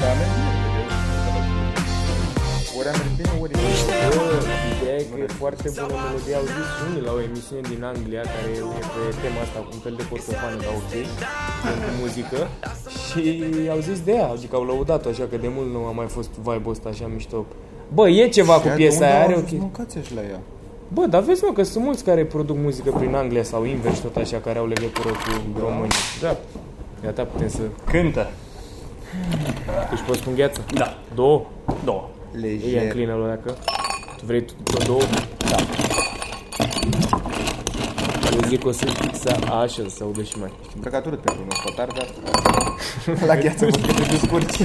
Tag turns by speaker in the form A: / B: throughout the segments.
A: Dar merg bine, vedeți? Ori a mers bine, ori e
B: Bă, Ideea e că e foarte bună melodie. Au zis și unii la o emisiune din Anglia care e pe tema asta cu un fel de cortofană, dar ok, pentru muzică. Și au zis de ea, adică au lăudat-o așa că de mult nu a mai fost vibe-ul ăsta așa mișto. Bă, e ceva cu piesa aia, are o
A: ok.
B: chestie.
A: Mâncați și la ea.
B: Bă, dar vezi mă că sunt mulți care produc muzică prin Anglia sau invers tot așa, care au legătură cu românii.
A: Da.
B: Gata, putem să...
C: Cântă.
B: Își poți cu îngheață?
C: Da.
B: Două?
C: Două.
B: Ia
A: Lejer.
B: înclină lui dacă... Tu vrei tu, tu două?
C: Da.
B: Eu zic că o să fixa așa, să audă și mai.
A: Îmbrăcatură pe un hotar, dar... La gheață, mă, că te descurci.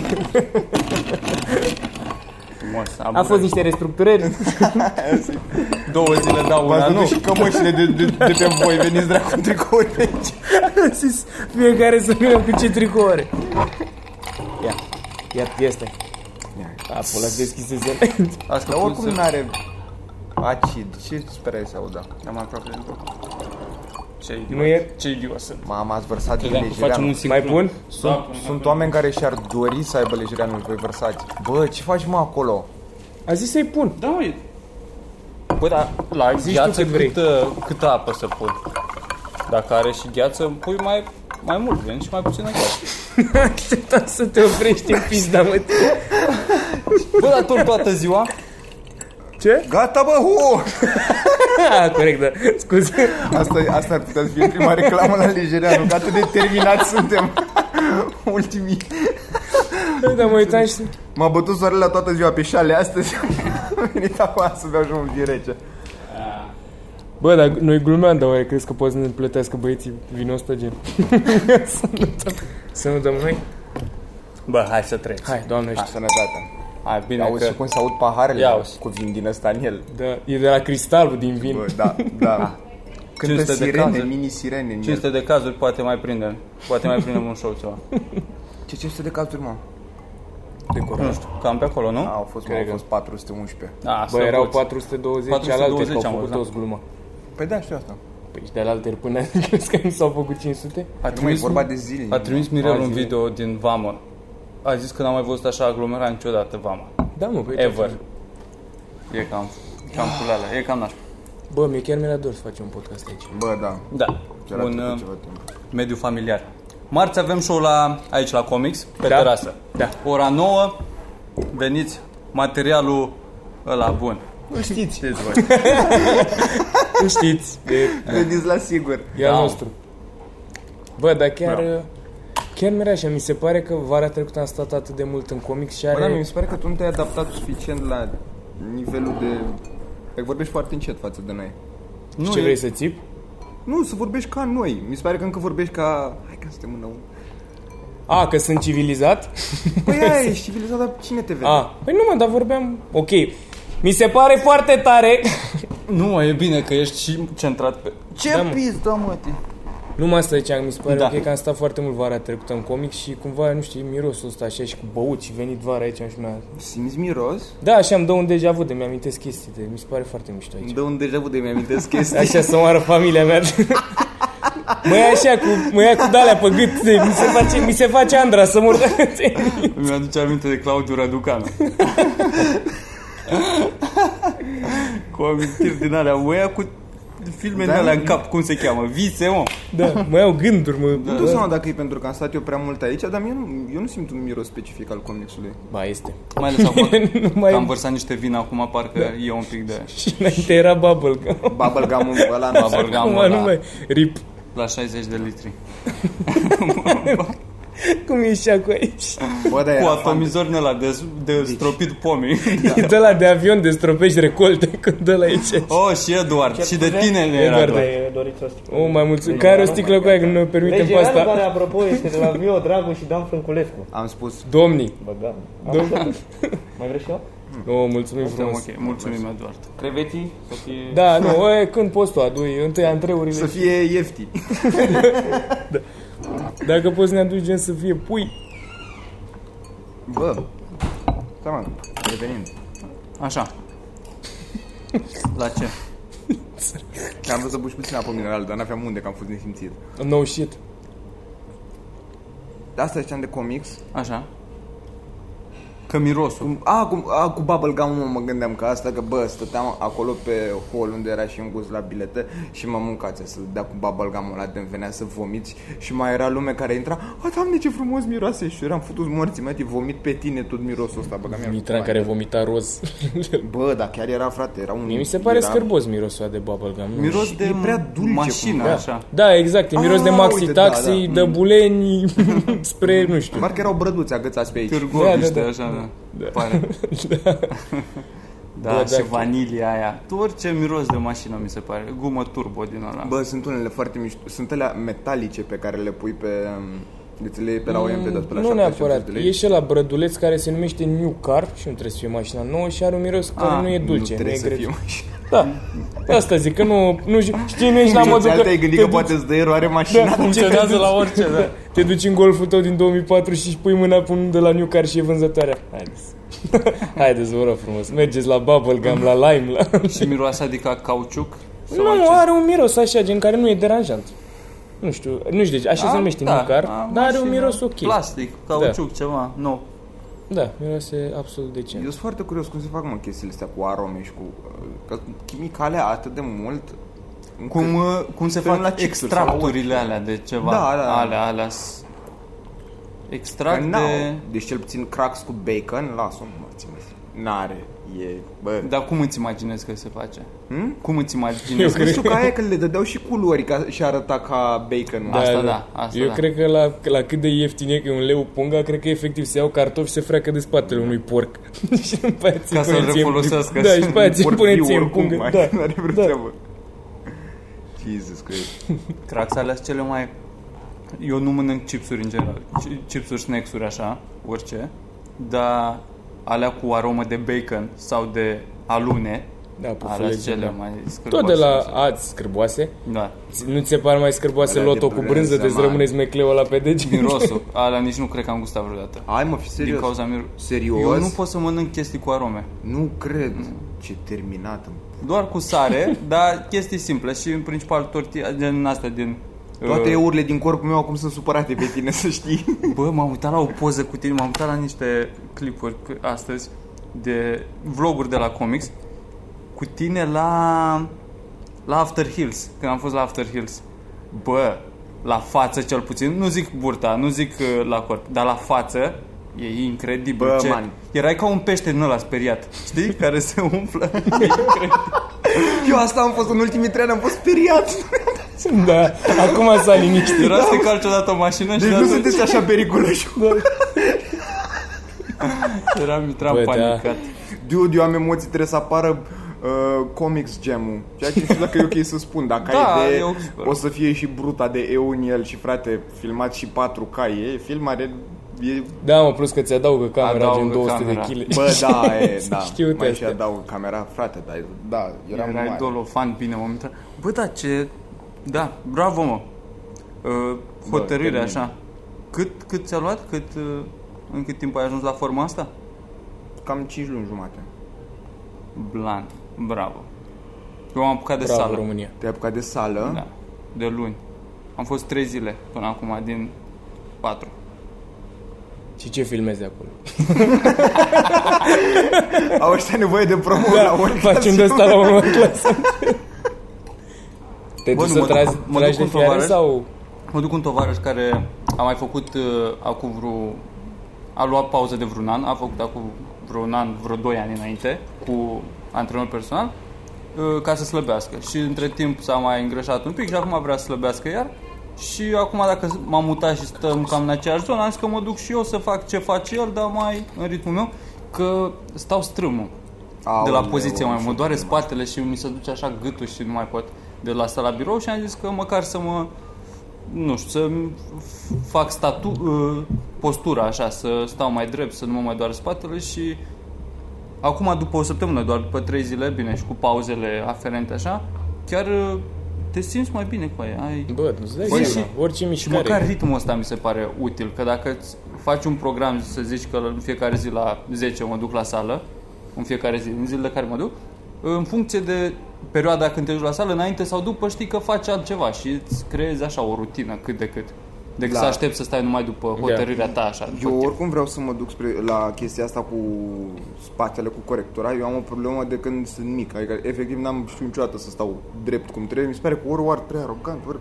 C: Frumos.
B: A fost niște restructurări.
C: două zile, da, una,
A: V-ați
C: nu.
A: dădut și cămășile de, de, de pe voi, veniți dracu în tricouri pe aici.
B: Am zis fiecare să vedem cu ce tricou are. Ia. Ia, ia stai. A, pula, deschisese.
A: Asta
C: pun
A: oricum
C: să-
A: n-are acid. Ce sperai să audă? Am aproape de tot.
C: Ce
B: Nu e?
C: Ce idiot sunt.
A: Mama, ați vărsat din
C: Credeam că facem un
A: lejereanul.
C: sincron.
B: Mai bun?
C: Da,
A: Sunt, sunt oameni care și-ar dori să aibă lejereanul voi vărsați. Bă, ce faci mă acolo?
B: A zis să-i pun.
C: Da, mă, e... Bă, Păi, dar la
B: Zici tu
C: gheață
B: cât vrei.
C: câtă, câtă apă să pun? Dacă are și gheață, îmi pui mai, mai mult vin și mai puțin gheață.
B: Așteptam să te oprești în pizda, mă.
C: Bă, dar tot toată ziua?
B: Ce?
A: Gata, bă, hu!
B: A, corect, da. Scuze.
A: Asta, asta ar putea să fie prima reclamă la lejereanul, că atât de terminați suntem. Ultimii.
B: Dar Da, mă uitam și...
A: M-a bătut soarele la toată ziua pe șale astăzi. Am venit acum să beau și un vin rece.
B: Bă, dar noi glumeam, dar oare crezi că poți să ne plătească băieții vinul ăsta, gen? să, nu dăm, să nu dăm noi?
C: Bă, hai să treci.
B: Hai, doamne,
A: Ah,
B: știu.
A: sănătate.
C: Hai, bine
A: Auzi și
C: că...
A: cum se aud paharele
C: Ia auzi.
A: cu vin din ăsta în el.
B: Da, e de la cristalul din vin.
A: Bă, da, da. Cântă
C: 500 de
A: sirene,
C: cazuri.
A: mini-sirene în el.
C: 500 de cazuri poate mai prindem. Poate mai prindem un show ceva.
A: Ce 500 de cazuri, mă?
B: de
C: Nu
B: curaj.
C: știu, cam pe acolo, nu?
A: Au fost, mă, au
B: Cred că-
A: fost 411.
C: A,
B: Bă, erau 420, cealaltă
C: 420
B: că au
C: am
B: făcut
C: văzut,
B: toți gluma.
A: Păi da, știu asta.
B: Păi și de la alteri până crezi că nu s-au făcut 500?
C: A
A: Nu mai e
C: trimis,
A: vorba de zile.
C: a trimis Mirel
B: Azi,
C: un
B: nu.
C: video din Vama. A zis că n-am mai văzut așa aglomera niciodată Vama.
B: Da, mă, păi...
C: Ever. E cam, cam pula alea, e cam nașpa.
B: Bă, mi-e chiar mi-era dor să facem un podcast aici.
A: Bă, da.
C: Da,
A: Era
C: un
A: trecut
C: uh,
A: ceva timp.
C: mediu familiar. Marți avem show la, aici la Comics, pe
B: Da?
C: terasă.
B: Da.
C: Ora 9, veniți, materialul ăla bun.
A: Nu știți.
C: Știți voi.
B: Nu știți, e,
A: Vedeți la sigur.
B: e al
C: Da.
B: nostru. Bă, dar chiar...
C: Bravo.
B: Chiar mi-era așa, mi se pare că vara trecută am stat atât de mult în comics și
A: Bă, da, mi
B: are...
A: se pare că tu nu te-ai adaptat suficient la nivelul de... Că vorbești foarte încet față de noi.
B: Nu
C: Nu
B: ce
C: e-
B: vrei să țip?
A: Nu, să vorbești ca noi. Mi se pare că încă vorbești ca... Hai că suntem înăuntru.
B: A, că sunt civilizat?
A: Păi aia ești civilizat, dar cine te vede?
B: A, păi nu mă, dar vorbeam... Ok. Mi se pare foarte tare.
C: Nu, mă, e bine că ești și centrat pe...
A: Ce
B: Da, mă.
A: pizda, mă, te...
B: nu mă asta ziceam, mi se pare
C: Da.
B: ok că am stat foarte mult vara trecută în comic și cumva, nu știu, e mirosul ăsta așa și cu băut și venit vara aici și mi-a...
A: Simți miros?
B: Da, așa îmi dă un deja vu de mi-am chestii de... Mi se pare foarte mișto aici.
A: Îmi dă un deja vu de mi-amintesc chestii.
B: Așa să moară familia mea. mă ia așa cu, mă ia cu dalea pe gât, mi se face, mi se face Andra să mor.
C: Îmi aduce aminte de Claudiu Raducanu. cu amintiri din alea, mă ia cu filme din
A: Da,
C: alea
A: nu-
C: în cap, cum se cheamă? Vise, mă.
B: da, mă iau gânduri, mă.
A: Nu dau seama dacă e pentru că am stat eu prea mult aici, dar mie nu, eu nu simt un miros specific al comicsului.
B: Ba, este.
C: Mai ales acum
B: Nu
C: că
B: mai-
C: am vărsat niște vin acum, parcă e un pic de...
B: Și înainte era bubblegum.
A: Bubblegum-ul ăla nu
C: Bubblegum.
B: Acum
C: ăla.
B: nu mai... Rip.
C: La 60 de litri.
B: Cum e și acolo aici?
A: Bă, da,
C: Cu
A: era fan-
C: atomizor din ăla de, de
B: Deci.
C: stropit pomii. Deci.
B: E de la de avion destropești recolte când de la aici.
C: oh, și Eduard. și de tine ne era
B: Eduard, da.
C: doar.
D: Dacă doriți o sticlă.
B: O, mai mulțumim.
A: Deci,
B: Care
A: da,
B: are o sticlă cu aia că nu ne permitem pe
D: Legerarul care,
B: asta?
D: apropo, este de la Vio Dragu și Dan Frânculescu.
A: Am spus,
B: Domnii.
D: Băga.
B: Domnii.
D: Mai vrei și eu?
A: Hmm.
B: O, mulțumim
C: Da,
B: frumos.
C: ok, mulțumim, Eduard.
D: Creveții? Să fie...
B: Da, nu, e, când poți tu adui, întâi
A: să
B: antreurile.
A: fie ieftin.
B: Dacă poți să ne aduci gen să fie pui.
A: Bă, seama, revenind.
C: Așa. La ce?
A: Că am vrut să buci puțin apă mineral, dar n-aveam unde, că am fost nesimțit.
B: No shit.
A: de asta ziceam de comics.
C: Așa. Că mirosul.
A: A, cu, a, cu bubblegum mă, mă gândeam că asta, că bă, stăteam acolo pe hol unde era și un gust la bilete și mă mâncați să dea cu bubblegum-ul ăla de venea să vomiți și mai era lume care intra, a, doamne, ce frumos miroase și eu eram futut morții mei, adică vomit pe tine tot mirosul ăsta, bă, că mi-am
B: Mitran care vomita roz.
A: Bă, dar chiar era, frate, era un...
B: Mie mi se pare
A: era...
B: scârbos mirosul ăla de bubblegum. nu?
A: Miros
C: Și
A: de
C: e
A: prea dulce
C: mașină,
A: cumva.
C: așa.
B: Da, exact, e miros
A: Ah,
B: de maxi
A: uite,
B: taxi,
A: da, da.
B: de buleni spre, nu știu.
A: Parcă erau brăduți agățați pe aici.
C: Târgoviște,
B: Da, da, da.
C: așa, da. Pare. Da,
B: Bă,
C: și
B: da.
C: vanilia aia. Tu orice miros de mașină, mi se pare. Gumă turbo din ăla.
A: Bă, sunt unele foarte mișto. Sunt alea metalice pe care le pui pe... De ți le iei pe la OMP, dar pe la
B: Mm,
A: 70
B: nu neapărat.
A: de lei.
B: E și la brăduleț care se numește New Car și nu trebuie să fie mașina nouă și are un miros care
C: Ah,
B: nu e dulce,
A: nu
B: nu,
A: trebuie
B: e
A: să fie
B: greu.
A: mașină.
B: Da. De asta zic că nu, nu știi, nu ești la
A: Deci,
B: modul că
A: alta ai gândit
B: te
A: că
B: duci-
A: poate îți dă eroare
B: da,
A: mașina.
C: Funcționează
B: te duci-
C: la orice, da.
B: Te duci în golful tău din 2004 și își pui mâna pe unul de la New Car și e vânzătoarea. Haideți. Haideți, vă rog frumos. Mergeți la Bubblegum, la Lime, la...
C: Și miroase adică cauciuc? Sau
B: Nu,
C: altceva?
B: are un miros așa, gen care nu e deranjant. Nu știu, nu știu, deci așa se numește da, New Car,
C: Ah, a,
B: dar are un
C: mașină,
B: miros ok.
C: Plastic, cauciuc, ceva, nou.
B: Da, miroase absolut decent.
A: Eu sunt foarte curios cum se fac mă chestiile astea cu arome și cu uh, că chimicale atât de mult încât-
C: Cum, uh, cum se
A: Până
C: fac
A: la
C: la
A: chipsuri
C: extracturile alea de ceva.
A: Da, da, da.
C: Alea, alea. s-
A: că
C: Extract de...
A: n-au. Deci cel puțin cracks cu bacon, lasă-o, mă, mulțumesc. N-are, e, bă.
B: Da.
C: Dar cum îți imaginezi că se face?
A: Hm?
C: Cum îți
B: Eu
C: imaginezi?
A: Că
B: cred-
A: știu că aia că le dădeau și culori ca, și arăta ca bacon.
C: Da. asta asta
B: Eu
C: da.
B: cred că la, la cât de ieftin e că e un leu punga, cred că efectiv se iau cartofi și se freacă de spatele unui porc. și după aia ți-l
C: Ca să-l
B: pune ție în-
C: refolosească.
B: Da, și după aia ți-l
A: Ori
B: pune
A: viu,
B: ție în
A: oricum,
B: pungă.
A: mai,
B: Da,
A: N-are vreo
B: da.
A: treabă. Jesus Christ.
C: Crax alea sunt cele mai... Eu nu mănânc chipsuri în general. Ci- Chipsuri, snacks-uri, așa, orice. Dar alea cu aromă de bacon sau de alune,
B: Da,
C: alea sunt
B: pufulegi,
C: cele
B: da.
C: mai
B: Tot
C: scârboase.
B: de la ați scârboase.
C: Da.
B: Ți- Nu ți se par mai scârboase
A: Alea de
B: loto cu
A: brânză
B: brânză, de
A: mare.
B: rămâne smecleul la pe deci?
C: Mirosul. Alea nici nu cred că am gustat vreodată.
A: Hai mă, fi serios.
C: Din cauza mir-
A: Serios?
C: Eu nu pot să mănânc chestii cu arome.
A: Nu cred. Ce terminat. îmi-
C: Doar cu sare, dar chestii simple și în principal tortilla din astea din
A: Toate
C: uh,
A: eurile din corpul meu acum sunt supărate pe tine, să știi.
C: Bă, m-am uitat la o poză cu tine, m-am uitat la niște clipuri p- astăzi de vloguri de la comics cu tine la la After Hills, când am fost la After Hills. Bă, la față cel puțin, nu zic burta, nu zic uh, la corp, dar la față e incredibil
A: Bă,
C: ce...
A: man.
C: Erai ca un pește în ăla speriat, știi? Care se umflă. E incredibil.
A: Eu asta am fost în ultimii trei ani, am fost speriat.
C: Deci
B: Da, acum s-a liniștit.
C: Era să calci odată o mașină și
A: Da, Deci nu
C: atunci
A: sunteți așa periculoși.
C: Da. eram, intram
B: Bă, da.
C: panicat.
A: Dude, eu am emoții, trebuie să apară uh, comics jam-ul. Ceea ce nu știu dacă e ok să spun, dacă
C: Da,
A: ai
C: e
A: de,
C: ok, super.
A: o să fie și bruta de eu în el și frate, filmat și 4K, e filmare, e...
B: Da, mă, plus că ți adaugă camera
C: Adaugă
B: gen 200
C: camera.
B: de kg.
A: Bă, da, e, da.
B: Știu
A: Mai și
B: astea.
A: adaug camera, frate, da, e- da eram
C: Erai
A: mare.
C: dolofan, bine, m-am intrat. Bă, da, ce... Da, bravo, mă. Uh, hotărâre,
A: termin.
C: așa. Cât, cât ți-a luat? Cât, uh, în cât timp ai ajuns la forma asta?
A: Cam 5 luni jumate.
C: Blan, bravo. Eu am apucat de
B: Bravo,
C: sală.
B: România.
A: Te-ai apucat de sală?
C: Da, de luni. Am fost trei zile până acum, din patru.
B: Și ce filmezi acolo?
A: Au ăștia nevoie de promo la ori.
B: Facem de asta la urmă clasă. Te
C: Bă,
B: duci
C: nu,
B: să
C: mă duc-
B: tragi,
C: mă
B: tragi
C: duc
B: de
C: într-o
B: fiare
C: vară.
B: sau...
C: Mă duc cu un tovarăș care a mai făcut uh, acum vreo... A luat pauză de vreun an, a făcut acum vreun an, vreo 2 ani înainte, cu antrenor personal, uh, ca să slăbească. Și între timp s-a mai îngrășat un pic și acum vrea să slăbească iar. Și acum dacă m-am mutat și stăm cam în aceeași zonă, am zis că mă duc și eu să fac ce face el, dar mai în ritmul meu, că stau strâmă. Da. de la
A: Aoleu,
C: poziție mai
A: așa
C: mă doare spatele și mi se duce așa gâtul și nu mai pot de la sala birou și am zis că măcar să mă nu știu, să fac statu, uh, postura așa, să stau mai drept, să nu mă mai doare spatele și acum după o săptămână, doar după trei zile, bine, și cu pauzele aferente așa, chiar uh, te simți mai bine cu aia. Ai...
B: Bă, nu-ți dai
C: Băi,
B: seama.
C: Păi și-
B: Orice
C: Și
B: mișcare.
C: măcar ritmul ăsta mi se pare util, că dacă îți faci un program, să zici că în fiecare zi la 10 mă duc la sală, în fiecare zi, în zilele care mă duc, în funcție de perioada când te duci la sală, înainte sau după, știi că faci altceva și îți creezi așa o rutină cât de cât. Decât
A: Da.
C: să aștept să stai numai după hotărârea ta așa. după
A: Eu
C: chef.
A: oricum vreau să mă duc spre, la chestia asta cu spatele, cu corectura. Eu am o problemă de când sunt mic. Adică, efectiv, n-am știut niciodată să stau drept cum trebuie. Mi se pare că ori o ard prea arogant, ori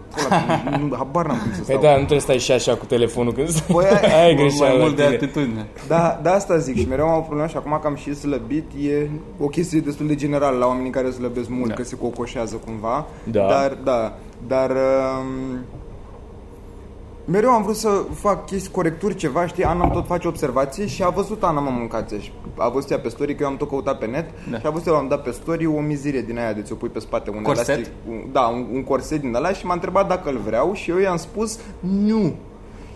A: ăla, nu, habar n-am cum să
B: Păi
A: stau.
B: da, nu trebuie să stai și așa cu telefonul când stai.
A: Păi, ai-
B: Aia e
C: Mult
B: greșeala.
C: mai mult de
B: tine.
C: atitudine.
A: Da, da, asta zic și mereu am o problemă și acum că am și slăbit e o chestie destul de generală la oamenii care slăbesc mult, da. că se cocoșează cumva.
B: Da.
A: Dar, da, dar um, mereu am vrut să fac chestii, corecturi, ceva, știi, Ana îmi tot face observații și a văzut Ana mă mâncați și a văzut ea pe story, că eu am tot căutat pe net da. și a văzut eu am dat pe story o mizerie din aia de ți-o pui pe spate un
C: Corset?
A: elastic, un, da, un, un corset din ăla și m-a întrebat dacă îl vreau și eu i-am spus nu.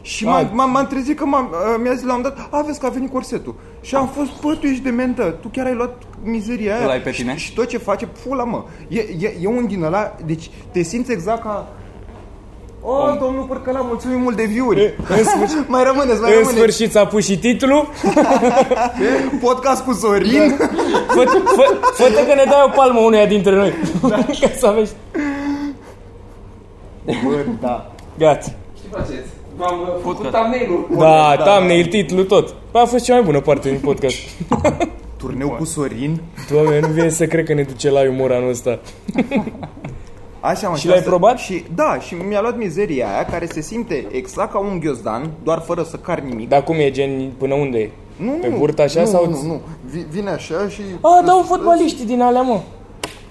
A: Și m-a- m-am, m-am trezit că m-am, a, mi-a zis la un moment dat, a, vezi că a venit corsetul. Și am fost, bă, tu ești dementă, tu chiar ai luat mizeria aia.
C: Îl ai pe tine?
A: Și, și tot ce face, pula mă, e, e, e un din ăla, deci te simți exact ca... O, oh, domnul Părcăla, mulțumim mult de view-uri. mai rămâneți, mai
B: În
A: rămâneți.
B: sfârșit s-a pus și titlul.
A: Podcast cu Sorin.
C: Da.
B: Fă, fă, fă că ne dai o palmă uneia dintre noi.
C: Da.
B: Ca să aveți...
A: Bă, da.
B: Gata.
E: Ce faceți? V-am uh, făcut thumbnail-ul.
B: Da,
A: da.
B: thumbnail, titlu, tot. Bă, a fost cea mai bună parte din podcast.
A: Turneu cu Sorin.
B: Doamne, nu vine să cred că ne duce la umor anul ăsta.
A: Așa, mă,
B: Și l-ai
A: asta-
B: probat?
A: Și, da, și mi-a luat mizeria aia care se simte exact ca un ghiozdan, doar fără să car nimic.
C: Da,
B: Dar cum e, gen, până unde e?
A: Nu,
B: Pe
A: nu,
B: burtă așa
A: nu,
B: sau-
A: Nu, nu, Vi- vine așa și...
B: A, dau fotbaliștii din alea, mă.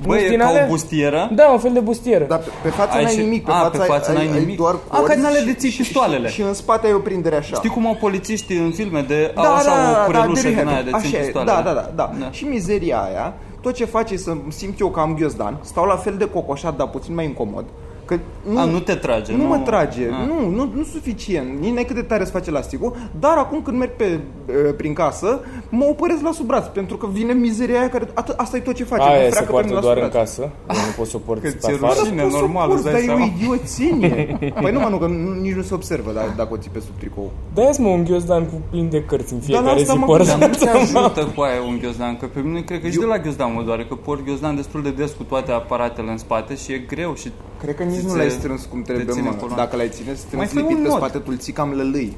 C: Bă, e
B: din
C: ca
B: alea?
C: o bustieră.
B: Da, un fel de bustieră.
A: Dar pe, pe față
C: Ai
A: n-ai
C: și-
A: nimic, pe
C: a,
A: față,
C: pe față
A: ai,
C: n-ai
A: ai, ai
C: nimic.
A: doar
C: A, ca din alea
A: și-
C: de ții
A: și-
C: pistoalele.
A: Și, și în spate ai o prindere așa.
C: Știi cum au polițiștii în filme de
A: Da,
C: au așa o curelușă din aia de țin
A: Așa e,
C: pistoalele?
A: da, da, da, da, da. Și mizeria aia, tot ce face să simt eu că am ghiozdan, stau la fel de cocoșat, dar puțin mai incomod. Că nu,
C: A, Ah, nu te trage,
A: Nu,
C: nu- Ah.
A: mă trage,
C: A.
A: nu, nu, nu suficient. Nici cât de tare îți face elasticul, dar acum când merg pe, e, prin casă, mă opăresc la sub braț, pentru că vine mizeria aia care, atât, asta e tot ce face. mă
B: Aia
A: freacă
B: se
A: pe
B: poartă
A: mine la
B: doar
A: sub
B: în
A: braț.
B: casă. Eu nu pot să o port
C: Că
B: pe
C: ți-e
B: afară.
C: rușine.
A: Poți să
C: normal,
A: porți,
C: îți dai
A: dar e o
C: seama.
A: idioțenie. Păi nu, mă, nu, că nu- nici nu se observă da, dacă o ții pe sub tricou.
B: Da, mă, un ghiozdan cu plin de cărți în
A: la
B: fiecare
A: asta
B: zi
A: mă
B: port.
C: Dar nu te ajută cu aia un ghiozdan, că pe mine cred că și de la ghiozdan mă doare, că port ghiozdan destul de des cu toate aparatele în spate și e greu și...
A: Cred că nici
C: ți
A: nu
C: se-
A: l-ai strâns cum
C: te
A: trebuie,
C: ține
A: mă.
C: în coloană.
A: Dacă l-ai ține strâns
C: fă un
A: lipit pe
C: mod.
A: spate, tu-l ții cam lălâi.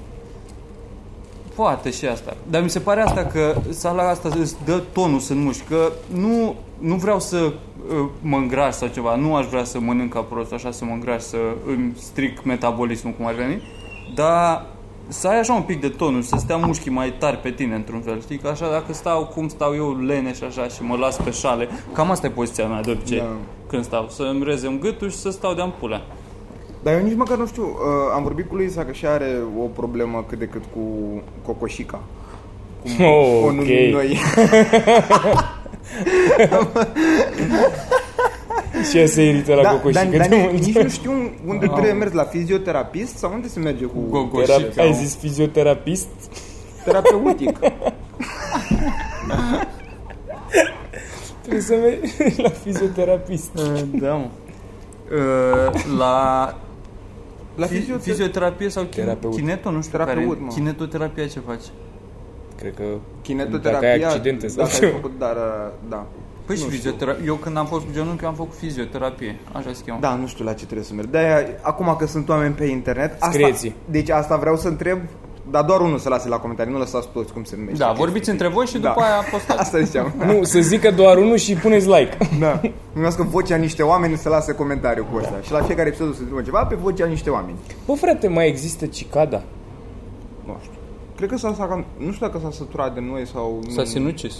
C: Poate și asta. Dar mi se pare asta că sala asta îți dă tonus în mușchi, că nu, nu vreau să uh, mă îngraș sau ceva, nu aș vrea să mănânc ca prost, așa să mă îngraș, să îmi stric metabolismul cum ar veni, dar să ai așa un pic de tonus, să stea mușchii mai tari pe tine într-un fel, știi? Că așa dacă stau cum stau eu leneș așa și mă las pe șale, cam asta e poziția mea de obicei
A: Da.
C: când stau, să-mi rezem gâtul și să stau de-am pulea.
A: Dar eu nici măcar nu știu, uh, am vorbit cu Luisa că și are o problemă cât de cât cu cocoșica. Cum
B: Oh,
A: o numim
B: ok.
A: noi.
B: Ce se irită la
A: Da,
B: cocoșii
A: dar,
B: cât
A: dar
B: de
A: nici, nici
B: mult.
A: nu știu unde trebuie mers, la fizioterapist sau unde se merge cu
C: Gogoșica.
B: Ai zis fizioterapist?
A: terapeutic.
B: Trebuie să mergi la fizioterapist.
C: Da, mă. Uh, la
A: La
C: Fi-
A: fizioterapist.
C: fizioterapie sau chin-
B: Terapeut.
C: kineto, nu știu
A: Terapeut,
C: care.
A: mă.
C: Kinetoterapia ce face?
B: Cred că... Dacă
A: Kinetoterapia.
B: ai accidente sau
A: dacă ai
B: ceva.
A: făcut, dar, uh, da.
C: Păi și
A: Nu știu.
C: fizioterapie. Eu când am fost cu genunchi, am făcut fizioterapie. Așa se cheamă.
A: Da, nu știu la ce trebuie să merg. de acum că sunt oameni pe internet, asta,
B: Scrieți-i.
A: deci asta vreau să întreb, dar doar unul să lase la comentarii, nu lăsați toți cum se numește.
C: Da, vorbiți între voi și după aia postați.
A: Asta ziceam.
B: Nu, să zică doar unul și puneți like.
A: Da. Numesc că vocea niște oameni să lase comentariu cu asta. Și la fiecare episod o să întrebăm ceva pe vocea niște oameni.
B: Bă, frate, mai există cicada?
A: Nu știu. Cred că s-a, s-a nu știu dacă s-a săturat de noi sau... nu.
C: S-a sinucis.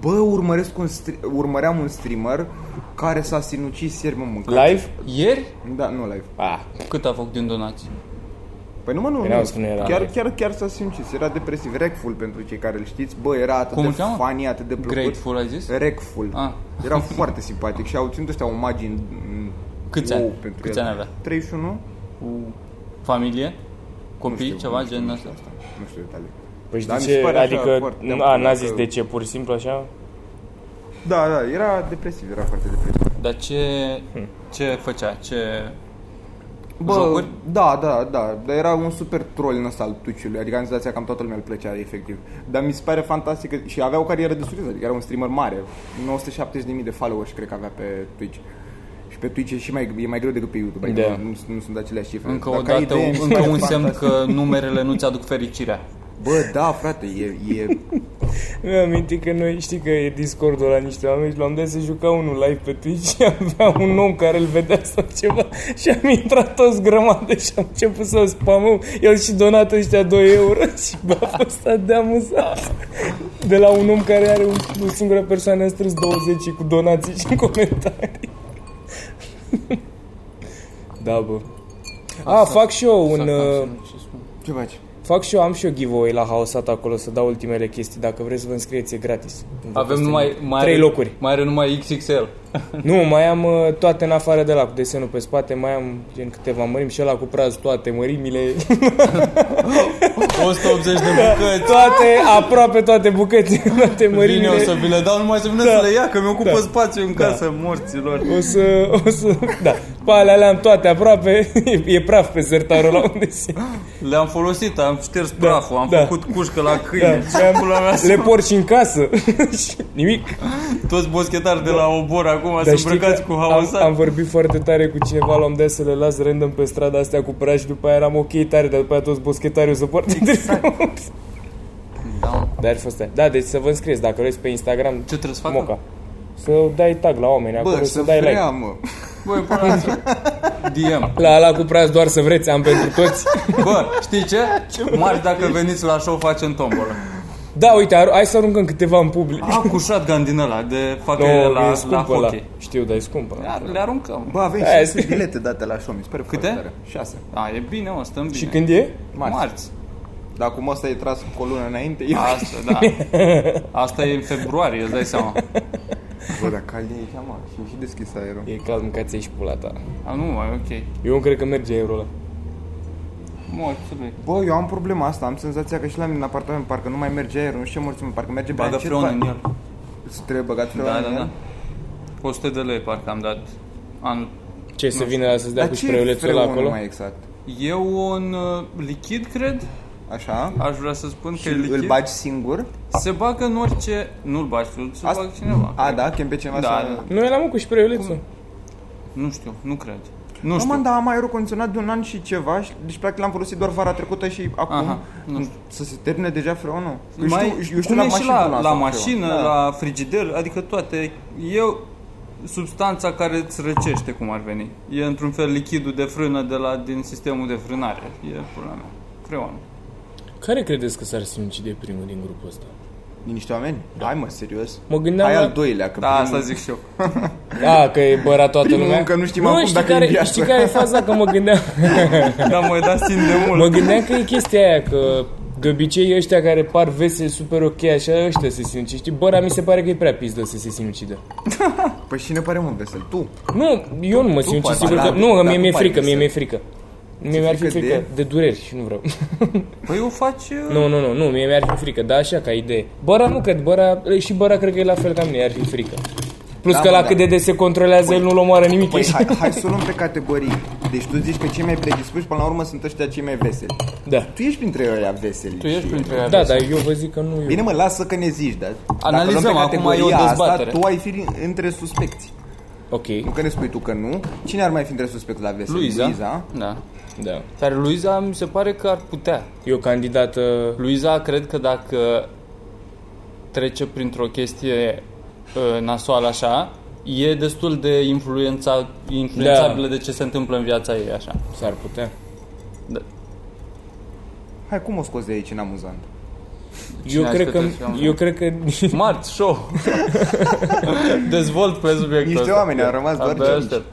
A: Bă, urmăresc un stri- urmăream un streamer care s-a sinucis ieri, mă, mâncat.
B: Live?
C: Ieri?
A: Da, nu live.
B: Ah,
C: Cât a făcut din donații?
A: Păi nu mă, nu,
B: Păi n-am
A: nu.
B: zis că nu era
A: chiar,
B: live.
A: chiar, chiar s-a simțit, era depresiv, recful pentru cei care îl știți, bă, era atât
C: Cum
A: de
C: îl cheamă?
A: funny, atât de plăcut.
C: Grateful, ai zis?
A: Recful.
C: Ah.
A: Era foarte simpatic și au ținut ăștia omagii în... în-
C: Câți
A: wow,
C: ani?
A: Pentru
C: Câți
A: el.
C: ani avea?
A: 31?
C: Cu familie?
A: Nu
C: Copii?
A: știu,
C: Păi, Ceva
A: nu știu,
C: genul
A: nu știu
C: ăsta?
A: asta. Nu știu detalii.
B: Păi știi
A: Da, mi se
B: ce?
A: pare așa
B: Adică,
A: foarte
B: a, n-a
A: amuzant
B: zis
A: că-
B: de ce, pur și simplu așa?
A: Da, da, era depresiv, era foarte depresiv.
C: Dar ce,
B: Hm.
C: ce făcea? Ce...
A: Bă,
C: Jocuri?
A: da, da, da, dar era un super troll în ăsta al Tuciului, adică am senzația că cam toată lumea îl plăcea, efectiv. Dar mi se pare fantastic că- și avea o carieră de succes, adică era un streamer mare, 970.000 de followers cred că avea pe Twitch. Și pe Twitch e și mai, e mai greu decât pe YouTube. Adică
B: Da.
A: nu, nu, sunt aceleași cifre.
C: Încă
A: Dacă
C: o
A: ai
C: dată,
A: idee, mi se
C: încă
A: pare
C: un semn
A: fantastic.
C: că numerele nu-ți aduc fericirea.
A: Bă, da, frate, e, e
B: Mi-am amintit că noi știi că e Discord-ul la niște oameni și l-am dat să juca unul live pe Twitch și avea un om care îl vedea sau ceva și am intrat toți grămadă și am început să spamăm. El și donat ăștia 2 euro și bă, a fost atât de amuzat. De la un om care are un, o singură persoană a strâns 20 și cu donații și comentarii. Da, bă. A,
A: Exact.
B: fac și eu un...
C: Exact,
B: uh,
A: Ce faci?
B: Fac și eu, am și eu giveaway la Haosat acolo să dau ultimele chestii. Dacă vreți să vă înscrieți, e gratis.
C: Avem numai... Mai
B: trei
C: are-
B: locuri.
C: Mai are numai XXL.
B: Nu, mai am uh, toate în afară de la cu desenul pe spate, mai am gen câteva mărimi și ăla cu praz toate mărimile.
C: 180 de bucăți.
B: toate, aproape toate bucățile, toate
C: Mărine,
B: mărimile.
C: o să vi le dau numai să vină
B: Da.
C: să le ia, că mi-ocupă
B: Da.
C: spațiu în casă, morților.
B: O să, o să, da, pe alea le-am toate aproape, e, e praf pe sertarul la unde se...
C: Le-am folosit, am șters praful, am
B: da.
C: făcut cușcă la câine.
B: Da, le-am- Le porci în casă și nimic.
C: Toți boschetari de la Obor acum sunt
B: știi
C: îmbrăcați
B: că
C: cu
B: am,
C: haosat.
B: am vorbit foarte tare cu cineva, l-am dat să le las random pe strada astea cu praj, după aia eram ok tare, dar după aia toți boschetarii o să poartă exact.
C: Da.
B: Dar ar fi fost tare. Da, deci să vă înscrieți, dacă vreți pe Instagram,
C: Ce trebuie să facă?
B: Moca. Să dai tag la oameni acolo,
A: Bă,
B: să,
A: să
B: dai
A: vrea,
B: like.
A: mă.
C: Băi, până la DM.
B: La ala cu preț doar să vreți, am pentru toți.
C: Bă, știi ce? Marți dacă veniți la show facem tombolă.
B: Da, uite, ar- hai să aruncăm câteva în public.
C: A, cu shotgun din ăla, de facă
B: No,
C: Ah, la,
B: e
C: la
B: scumpă da.
C: hockey. Da.
B: ăla. Știu, dar e scumpă.
C: Iar le aruncăm.
A: Bă, avem
B: Hai,
A: și
B: stai.
A: niște bilete date la show, mi se pare
C: Câte?
A: foarte tare. Șase.
C: A, e bine, mă, stăm bine.
B: Și când e?
A: Marți.
C: Marți.
A: Dar acum ăsta e tras cu o lună înainte. Eu...
C: Asta, da. Asta e în februarie, îți dai seama.
A: Bă, dar cald e aici, mă. Și e și deschis aerul.
B: E cald, mâncați și pula ta.
C: A, nu, mai ok.
B: Eu nu cred că merge euro ăla.
C: Morțului.
A: Bă, eu am problema asta, am senzația că și la mine în apartament parcă nu mai merge aerul, nu știu ce morți, mă, parcă merge
C: Bagă
A: încet,
C: freon
A: ba-
C: în el.
A: Îți Trebuie băgat freon
C: Da,
A: în
C: da,
A: el?
C: da. 100 de lei parcă am dat anul.
B: Ce, să vină la să-ți dea
A: Dar
B: cu
A: ce
B: spreulețul ăla
A: freon
B: acolo?
A: mai exact?
C: Eu un uh, lichid, cred,
A: Așa?
C: aș vrea să spun
A: Și
C: că e lichid.
A: îl bagi singur?
C: Se bagă în orice... Nu-l bagi tu, se
A: Asta-
C: bagă cineva.
A: A, da? Chem pe cineva
C: Da,
A: să...
C: da.
B: Nu era mă cu șpreulețul.
C: Nu știu, nu cred. Nu
A: Nu
C: știu.
A: mă, dar am aerul condiționat de un an și ceva, și- deci practic l-am folosit doar vara trecută și acum
C: Aha, nu
A: să se termine deja freonul. Că
C: mai,
A: știu, eu știu
C: cum
A: la
C: e
A: mașină.
C: și la,
A: până
C: la,
A: asta, freon.
C: mașină,
A: Da.
C: la frigider, adică toate. Eu substanța care îți răcește, cum ar veni. E într-un fel lichidul de frână de la, din sistemul de frânare. E pula mea. Freon.
B: Care credeți că s-ar sinucide primul din grupul ăsta?
A: Din niște oameni? Hai mă, serios?
B: Mă gândeam
A: Hai
B: la-
A: al doilea, că
C: Da,
A: primul-
C: asta zic și eu.
B: Da, că e bărat toată
A: Primul
B: lumea.
A: încă nu știm
B: nu,
A: acum
B: știi
A: dacă e
B: care,
A: în viață.
B: Știi care e faza? Că mă gândeam,
C: Dar mă da sin de mult.
B: mă gândeam că e chestia aia, că de obicei ăștia care par veseli, super ok, așa, ăștia se sinucid. Știi, băra mi se pare că e prea pizdă să se sinucidă.
A: Păi și ne pare mă vesel, tu.
B: Nu, eu nu mă sinucid,
C: pari-
B: sigur
A: Ba,
B: că...
A: da,
B: Nu, că
A: dar
B: mie
A: tu
B: mi-e
A: pari
B: frică, mie
A: vesel.
B: mi-e frică. Mie mi-ar fi
A: frică
B: frică
A: de?
B: de dureri și nu vreau.
C: Păi o faci... uh,
B: Nu, nu, nu, nu, mie mi-ar fi frică, da, așa ca idee. Băra nu cred, băra, și băra cred că e la fel ca mine, i-ar fi frică. Plus
A: Da,
B: că
A: mă,
B: la
A: da.
B: cât de des se controlează, el nu-l omoară nimic.
A: Păi
B: ești-
A: hai, hai să o luăm pe categorii. Deci tu zici că cei mai predispuși până la urmă sunt ăștia cei mai veseli.
B: Da.
A: Tu ești printre ăia veseli.
C: Tu ești printre ea.
B: Da, dar eu vă zic că nu eu.
A: Bine mă, lasă că ne zici, dar dacă
C: Analizăm,
A: luăm pe
C: acum e o
A: categoria
C: dezbatere.
A: Asta, tu ai fi între suspecți.
B: Ok,
A: Nu că ne spui tu că nu. Cine ar mai fi între suspecți la vesel?
C: Luiza.
A: Luiza.
C: Da.
B: da.
C: Dar Luiza mi se pare că ar putea.
B: Eu candidat uh,
C: Luiza, cred că dacă trece printr-o chestie uh, nasoală așa, e destul de influența, influențabilă
B: Da.
C: de ce se întâmplă în viața ei așa.
B: s-ar putea.
C: Da.
A: Hai, cum o scoți de aici în amuzant?
B: Eu
C: ai
B: cred, că,
C: scăzut, oameni?
B: eu cred că
C: Marți, show! Dezvolt pe subiectul
A: Niște
C: ăsta.
A: oameni au rămas doar
C: Abia
A: cinci.
C: aștept.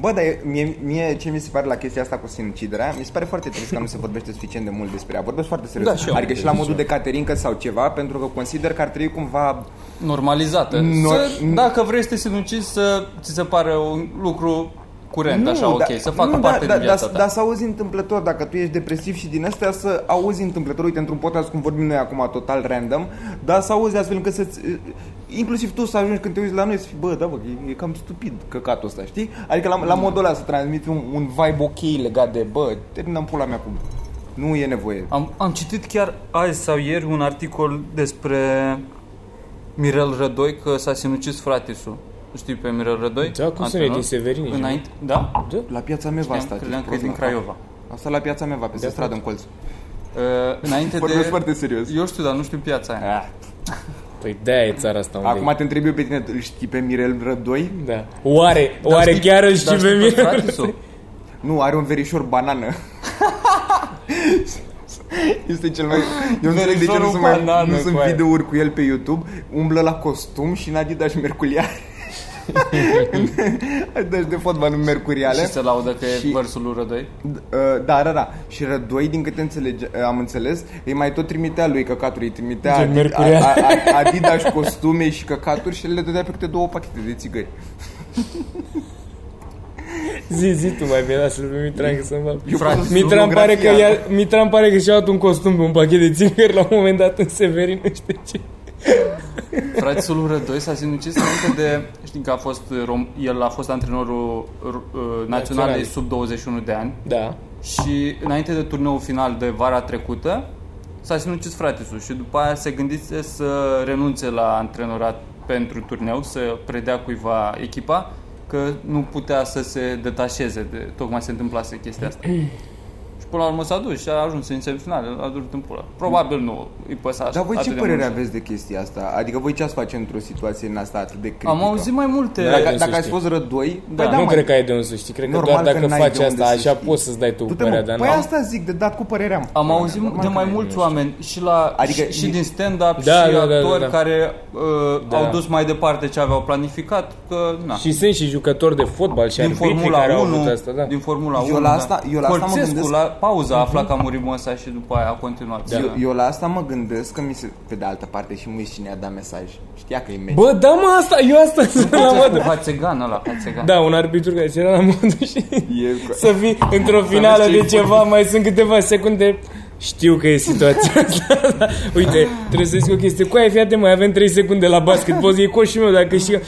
A: Bă, dar eu- mie, mie ce mi se pare la chestia asta cu sinuciderea, mi se pare foarte trist că nu se vorbește suficient de mult despre ea. Vorbesc foarte serios.
C: Da, și eu am
A: adică și la modul de caterincă sau ceva, pentru că consider că ar trebui cumva
C: Normalizată.
A: Nor-
C: Să, dacă vrei să te sinucizi, să ți se pare un lucru curent, așa, ok, să facă
A: da, nu,
C: parte
A: da,
C: din
A: da,
C: viața
A: da,
C: ta.
A: Dar să auzi întâmplător, dacă tu ești depresiv și din astea, să auzi întâmplător, uite, într-un podcast cum vorbim noi acum total random, dar să auzi astfel încât să-ți... eh, Inclusiv tu să ajungi când te uiți la noi să fii, bă, da, bă, e, e cam stupid căcatul ăsta, știi? Adică la, la
C: Mm.
A: modul ăla să transmiți un, un vibe ok legat de, bă, terminăm pula mea cu... Nu e nevoie.
C: Am, am citit chiar azi sau ieri un articol despre Mirel Rădoi că s-a sinucis fratisul. știi pe Mirel Rădoi?
B: Da, cum să ne,
C: antrenor.
B: din Severin, ești,
C: Înainte, da?
A: La piața mea
C: Știam,
A: asta. da.
C: credeam că e din Craiova.
A: Asta la piața mea, peste stradă în colț.
C: Uh, înainte de...
A: Vorbesc foarte serios.
C: Eu știu, dar nu știu piața aia.
A: Ah.
B: Păi de e țara asta unde
A: Acum
B: e.
A: te întreb eu pe tine, îl știi pe Mirel Rădoi?
B: Da. Oare, oare
C: știi-
B: chiar îl
C: dar
B: știi pe mine?
C: Fratisu?
A: Nu, are un verișor banană. Este cel mai... Eu nu înțeleg de ce nu
C: Verișorul
A: sunt, mai,
C: banană,
A: nu sunt
C: coaie.
A: videouri cu el pe YouTube. Umblă la costum și în Adidas Mercurial. Adidas Deci, de fotbal în Mercuriale.
C: Și se laudă că e
A: Și-
C: versul lui Rădoi.
A: Uh, Da, da, da. Și Rădoi, din câte înțelege, uh, am înțeles, îi mai tot trimitea lui căcaturi. Îi trimitea
B: Gen
A: Adi-
B: Mercurial.
A: a- a- Adidas costume și căcaturi și el le dădea pe câte două pachete de țigări.
B: Zi, zi tu mai bine, lasă-l pe Mitran că să-mi bag.
A: Eu pot să
B: Mitran îmi pare că
A: fotografia.
B: ia, Mitran îmi pare că și-a luat un costum pe un pachet de țigări la un moment dat în Severin, nu știu de ce.
C: Fratisul lui Rădoi s-a sinucis înainte de... Știi că a fost rom, el a fost antrenorul r- uh, naționalei sub 21 de ani
B: Da.
C: și înainte de turneul final de vara trecută s-a sinucis fratisul și după aia se gândise să renunțe la antrenorat pentru turneu, să predea cuiva echipa că nu putea să se detașeze de tocmai se întâmplase chestia asta. Și până la urmă s-a dus și a ajuns în semifinale, a durut în pula. Probabil nu îi păsa
A: Dar voi
C: atât
A: ce
C: de
A: părere
C: mult.
A: aveți de chestia asta? Adică voi ce ați face într-o situație în asta atât de critică?
C: Am auzit mai multe.
B: Da,
A: Dacă,
B: Hai de
A: dacă
B: să
A: ați
B: știi.
A: fost rădoi,
C: Da,
A: păi
B: nu
A: mai-
B: cred că ai de unde să știi, cred că
A: normal
B: doar dacă
A: n-ai
B: faci
A: de unde
B: asta,
A: să
B: așa
A: știi.
B: poți să-ți dai tu
A: Du-te, mă,
B: părerea, dar nu
A: Păi
B: am.
A: asta zic, de dat cu părerea mea.
C: Am auzit de mai mulți oameni și la
A: Adică-
C: și, și din stand-up
B: Da,
C: și
B: da, da, da,
C: actori
B: da.
C: care uh,
B: Da.
C: au dus mai departe ce aveau planificat că na.
B: Și sunt și jucători de fotbal și
C: din
B: arbitri
C: Formula
B: care au
C: 1,
B: avut asta, da.
C: din Formula
A: Eu
C: 1.
A: la asta-
C: da.
A: eu la asta mă
C: Colțescu,
A: gândesc- Mhm.
C: la pauză a aflat că a murit măsa și după aia a continuat.
B: Da.
C: Da.
A: Eu, eu la asta mă gândesc că mi se... Pe de altă parte și mui cine a dat mesaj. Știa că e meci.
B: Bă, da mă, asta, eu asta sunt la
C: Da. Colțescu,
B: modă.
C: Hațegan ăla, Hațegan.
B: Da, un arbitru care era la modă și...
A: E-
B: Să fii într-o finală de ceva, mai sunt câteva secunde. Știu că e situația asta. dar Uite, trebuie să zic o chestie. Cu aia, fii atent, mai avem 3 secunde la basket. Poți iei coșul meu dacă știu.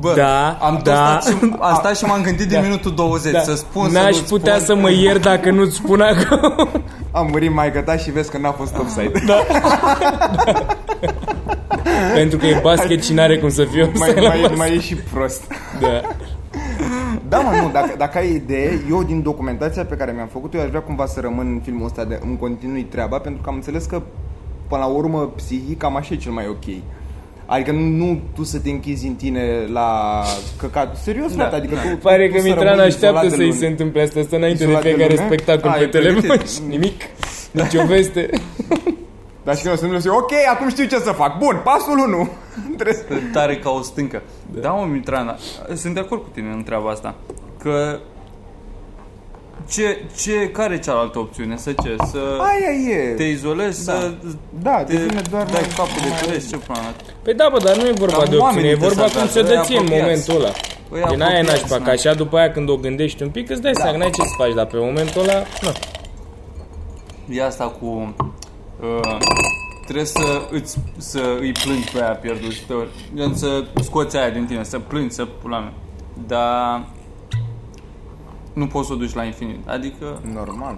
C: Bă,
B: da,
C: am tot
B: da.
C: stat și, am stat și m-am gândit din minutul
A: Deci
C: 20 să spun să
B: N-aș
C: nu-ți
B: putea
C: spun.
B: să mă ier dacă nu-ți spun acum.
A: A murit maică ta și vezi că n-a fost offside. Da,
B: Pentru că e basket și n-are cum să fiu.
A: mai, mai, mai e și prost.
B: Da.
A: Da, mă, nu, dacă, dacă ai idee, eu din documentația pe care mi-am făcut-o, eu aș vrea cumva să rămân în filmul ăsta, de, îmi continui treaba, pentru că am înțeles că, până la urmă, psihic, cam așa e cel mai ok. Adică nu, nu tu să te închizi în tine la căcat. Serios, da, adică tu,
B: Pare
A: tu
B: că
A: să
B: Mitran
A: rămâi
B: așteaptă
A: izolat de
B: să-i
A: lume.
B: se întâmple asta, asta înainte de
A: Izolat de
B: fiecare
A: lume?
B: spectacol
A: Ai
B: pe
A: pregătit?
B: telefon și nimic.
C: Da.
B: Nici o veste.
A: Dar și când o să-mi zic, ok, acum știu ce să fac. Bun, pasul 1. Trebuie să...
C: tare ca o stâncă. Da, mă, Mitrana, sunt de acord cu tine în treaba asta. Că ce, ce, care e cealaltă opțiune? Să ce? Să
A: Aia e.
C: te izolezi, să
A: Da,
C: te
A: devine doar
C: dai
A: mai-
C: capul de pereți, ce până la-
B: Păi da, bă, dar nu e vorba
C: Dar
B: de opțiune,
C: oamenii
B: e
C: trebuie
B: vorba
C: să
B: cum
C: avească,
B: să
C: îi
B: dăți în
C: apropiați.
B: momentul ăla.
C: Îi
B: Din aia e
C: Păi, apropiați, da.
B: nașpa,
C: na.
B: că așa după aia când o gândești un pic îți dai seama, că n-ai ce să faci, dar pe momentul ăla,
C: Da.
B: na.
C: E asta cu... Uh, trebuie să, îți, să îi plângi pe aia pierduți, pe ori. Gen, să scoți aia din tine, să plângi, să pula mea. Dar nu poți să o duci la infinit. Adică,
A: Normal.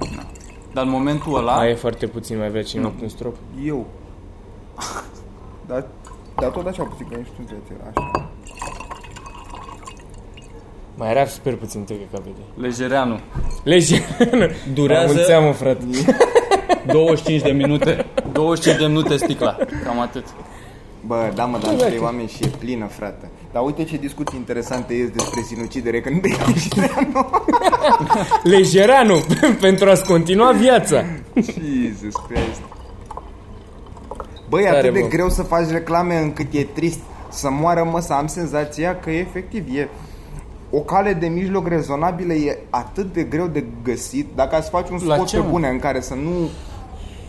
C: dar în momentul ăla...
B: Aia e foarte puțin, mai vrea cineva cu un strop.
A: Eu. Dar, dar tot așa puțin, că nu știu ce era așa.
B: Mai era super puțin, te cred că vede.
C: Lejereanu.
B: Lege,
C: Durează-
B: Am mulțeamă, frate.
C: 25 de minute. 25 de minute sticla. Cam atât.
A: Bă, da mă, dar trei oameni și e plină, frate. Dar uite ce discuții interesante ies despre sinucidere când te și
B: Lejeranu, pentru a-ți continua viața.
A: Jesus Christ. Bă, e
B: Tare,
A: atât de
B: bă.
A: greu să faci reclame încât e trist să moară mă, să am senzația că efectiv e o cale de mijloc rezonabilă e atât de greu de găsit. Dacă ați face un
C: La
A: spot
C: ce,
A: pe
C: mă?
A: bune în care să nu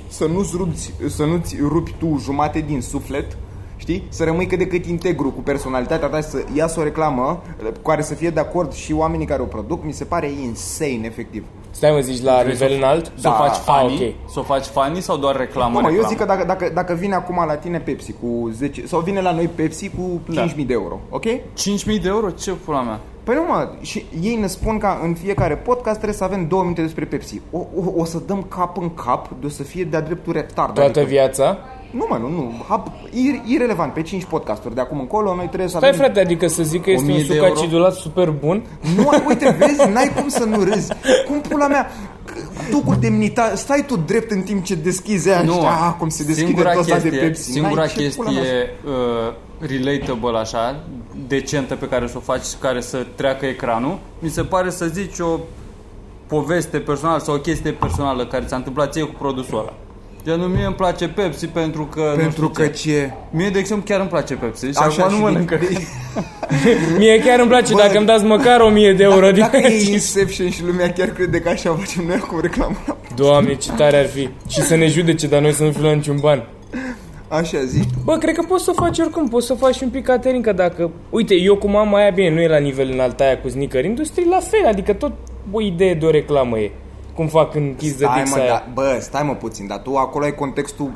A: să nu-ți rupți, să nu-ți rupi tu jumate din suflet, știi? Să rămâi cât de cât integru cu personalitatea ta și să iasă o reclamă cu care să fie de acord și oamenii care o produc, mi se pare insane, efectiv.
B: Stai mă, zici la nivel înalt?
C: Să o
A: Da.
C: faci funny?
B: Ah, ok.
C: Să o faci funny sau doar reclamă?
A: Nu, mă, eu
C: reclamă?
A: zic că dacă, dacă, dacă vine acum la tine Pepsi
C: Da.
A: cu 10 sau vine la noi Pepsi cu 5.000 de euro, ok?
C: 5.000 de euro? Ce pula mea?
A: Păi nu, mă, și ei ne spun că în fiecare podcast trebuie să avem două minute despre Pepsi. O, o, o să dăm cap în cap, de o să fie de-a dreptul retard. Adică,
B: Toată viața?
A: Nu, mă, nu, nu. Hab, ir, irrelevant. Pe 5 podcasturi de acum încolo, noi trebuie să
B: Stai
A: avem...
B: frate, adică să zic că este
C: 1000
B: un
C: de
B: suc
C: euro?
B: acidulat super bun
A: Nu, uite, vezi, n-ai cum să nu râzi. Cum pula mea... c- Tu cu demnitate, stai tu drept în timp ce deschizi aia nu, ah, cum se deschide
C: singura
A: tot de
C: chestie,
A: Pepsi.
C: Singura
A: N-ai ce pula mea să-
C: chestie uh, relatable așa, decentă pe care să o faci și care să treacă ecranul, mi se pare să zici o poveste personală sau o chestie personală care ți-a întâmplat ție cu produsul ăla. Gen, nu mie îmi place Pepsi pentru că... nu știu
A: Pentru că
C: ce.
A: ce...
C: Mie, de exemplu, chiar îmi place Pepsi și
A: Așa
C: acum nu
A: și
C: mănânc.
A: din-
B: Mie chiar îmi place
A: Bă,
B: dacă îmi dați măcar 1000 de euro din
A: Dacă e
B: Adică aici.
A: Inception și lumea chiar crede că așa facem noi acum reclamă la
B: Doamne, ce tare ar fi Și să ne judece, dar noi să nu fim la niciun ban
A: Așa zi.
B: Bă, cred că poți să o faci oricum, poți să o faci și un pic catering, că dacă... Uite, eu cum am aia, bine, nu e la nivel înalt aia cu sneaker industry, la fel, adică tot o idee de o reclamă e. Cum fac în Kiss the
A: Stai
B: Dicks
A: mă,
B: aia.
A: da, bă, stai mă puțin, dar tu acolo ai contextul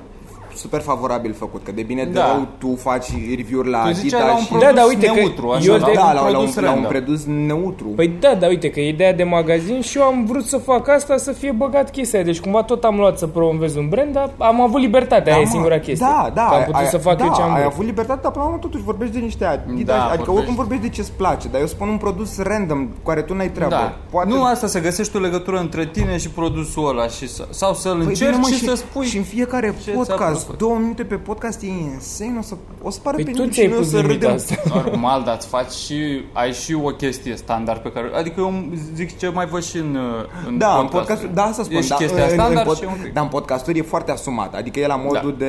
A: super favorabil făcut, că de bine de
C: Da.
A: rău tu faci review-uri la
C: Tu
A: Adidas
C: ziceai la un
A: și...
C: produs
B: Da, da, uite că
C: neutru,
B: eu
C: așa,
B: de-
A: da, la, la, un,
C: produs
A: la un
C: random.
A: produs neutru.
B: Păi da, da, uite că e ideea de magazin și eu am vrut să fac asta să fie băgat chestia. Deci cumva tot am luat să promovez un brand, dar am avut libertatea, aia e
A: mă,
B: singura chestie.
A: Da, da.
B: Că am
A: ai-
B: putut
A: ai-
B: să fac
A: da,
B: eu ce am
A: ai
B: vrut.
A: avut libertate, dar până la urmă totuși vorbești de niște Adidas,
C: Da,
A: adică
C: vorbești.
A: oricum vorbești de ce-ți place, dar eu spun un produs random cu care tu n-ai treabă.
C: Da. Poate... Nu asta, să găsești o legătură între tine și produsul ăla și să, sau să-l păi încerci
A: bine, mă,
C: și, să spui.
A: Și în fiecare
C: ce ți-a
A: podcast,
C: plăcut.
A: două minute pe podcast e insane, o să, o să pară
B: Păi
A: pe
B: tu
A: nimeni
B: ți-ai
A: și noi o
B: pus
A: să
B: limita
A: râdem.
B: asta.
C: Normal, dar îți faci și, ai și o chestie standard pe care, adică eu zic ce mai văd și în, uh, în
A: Da, în
C: podcast.
A: podcast, da, asta spun.
C: E și
A: da,
C: chestia
A: în, da.
C: standard
A: în,
C: și un pic. Da.
A: Dar în podcasturi e foarte asumat. Adică e la modul de,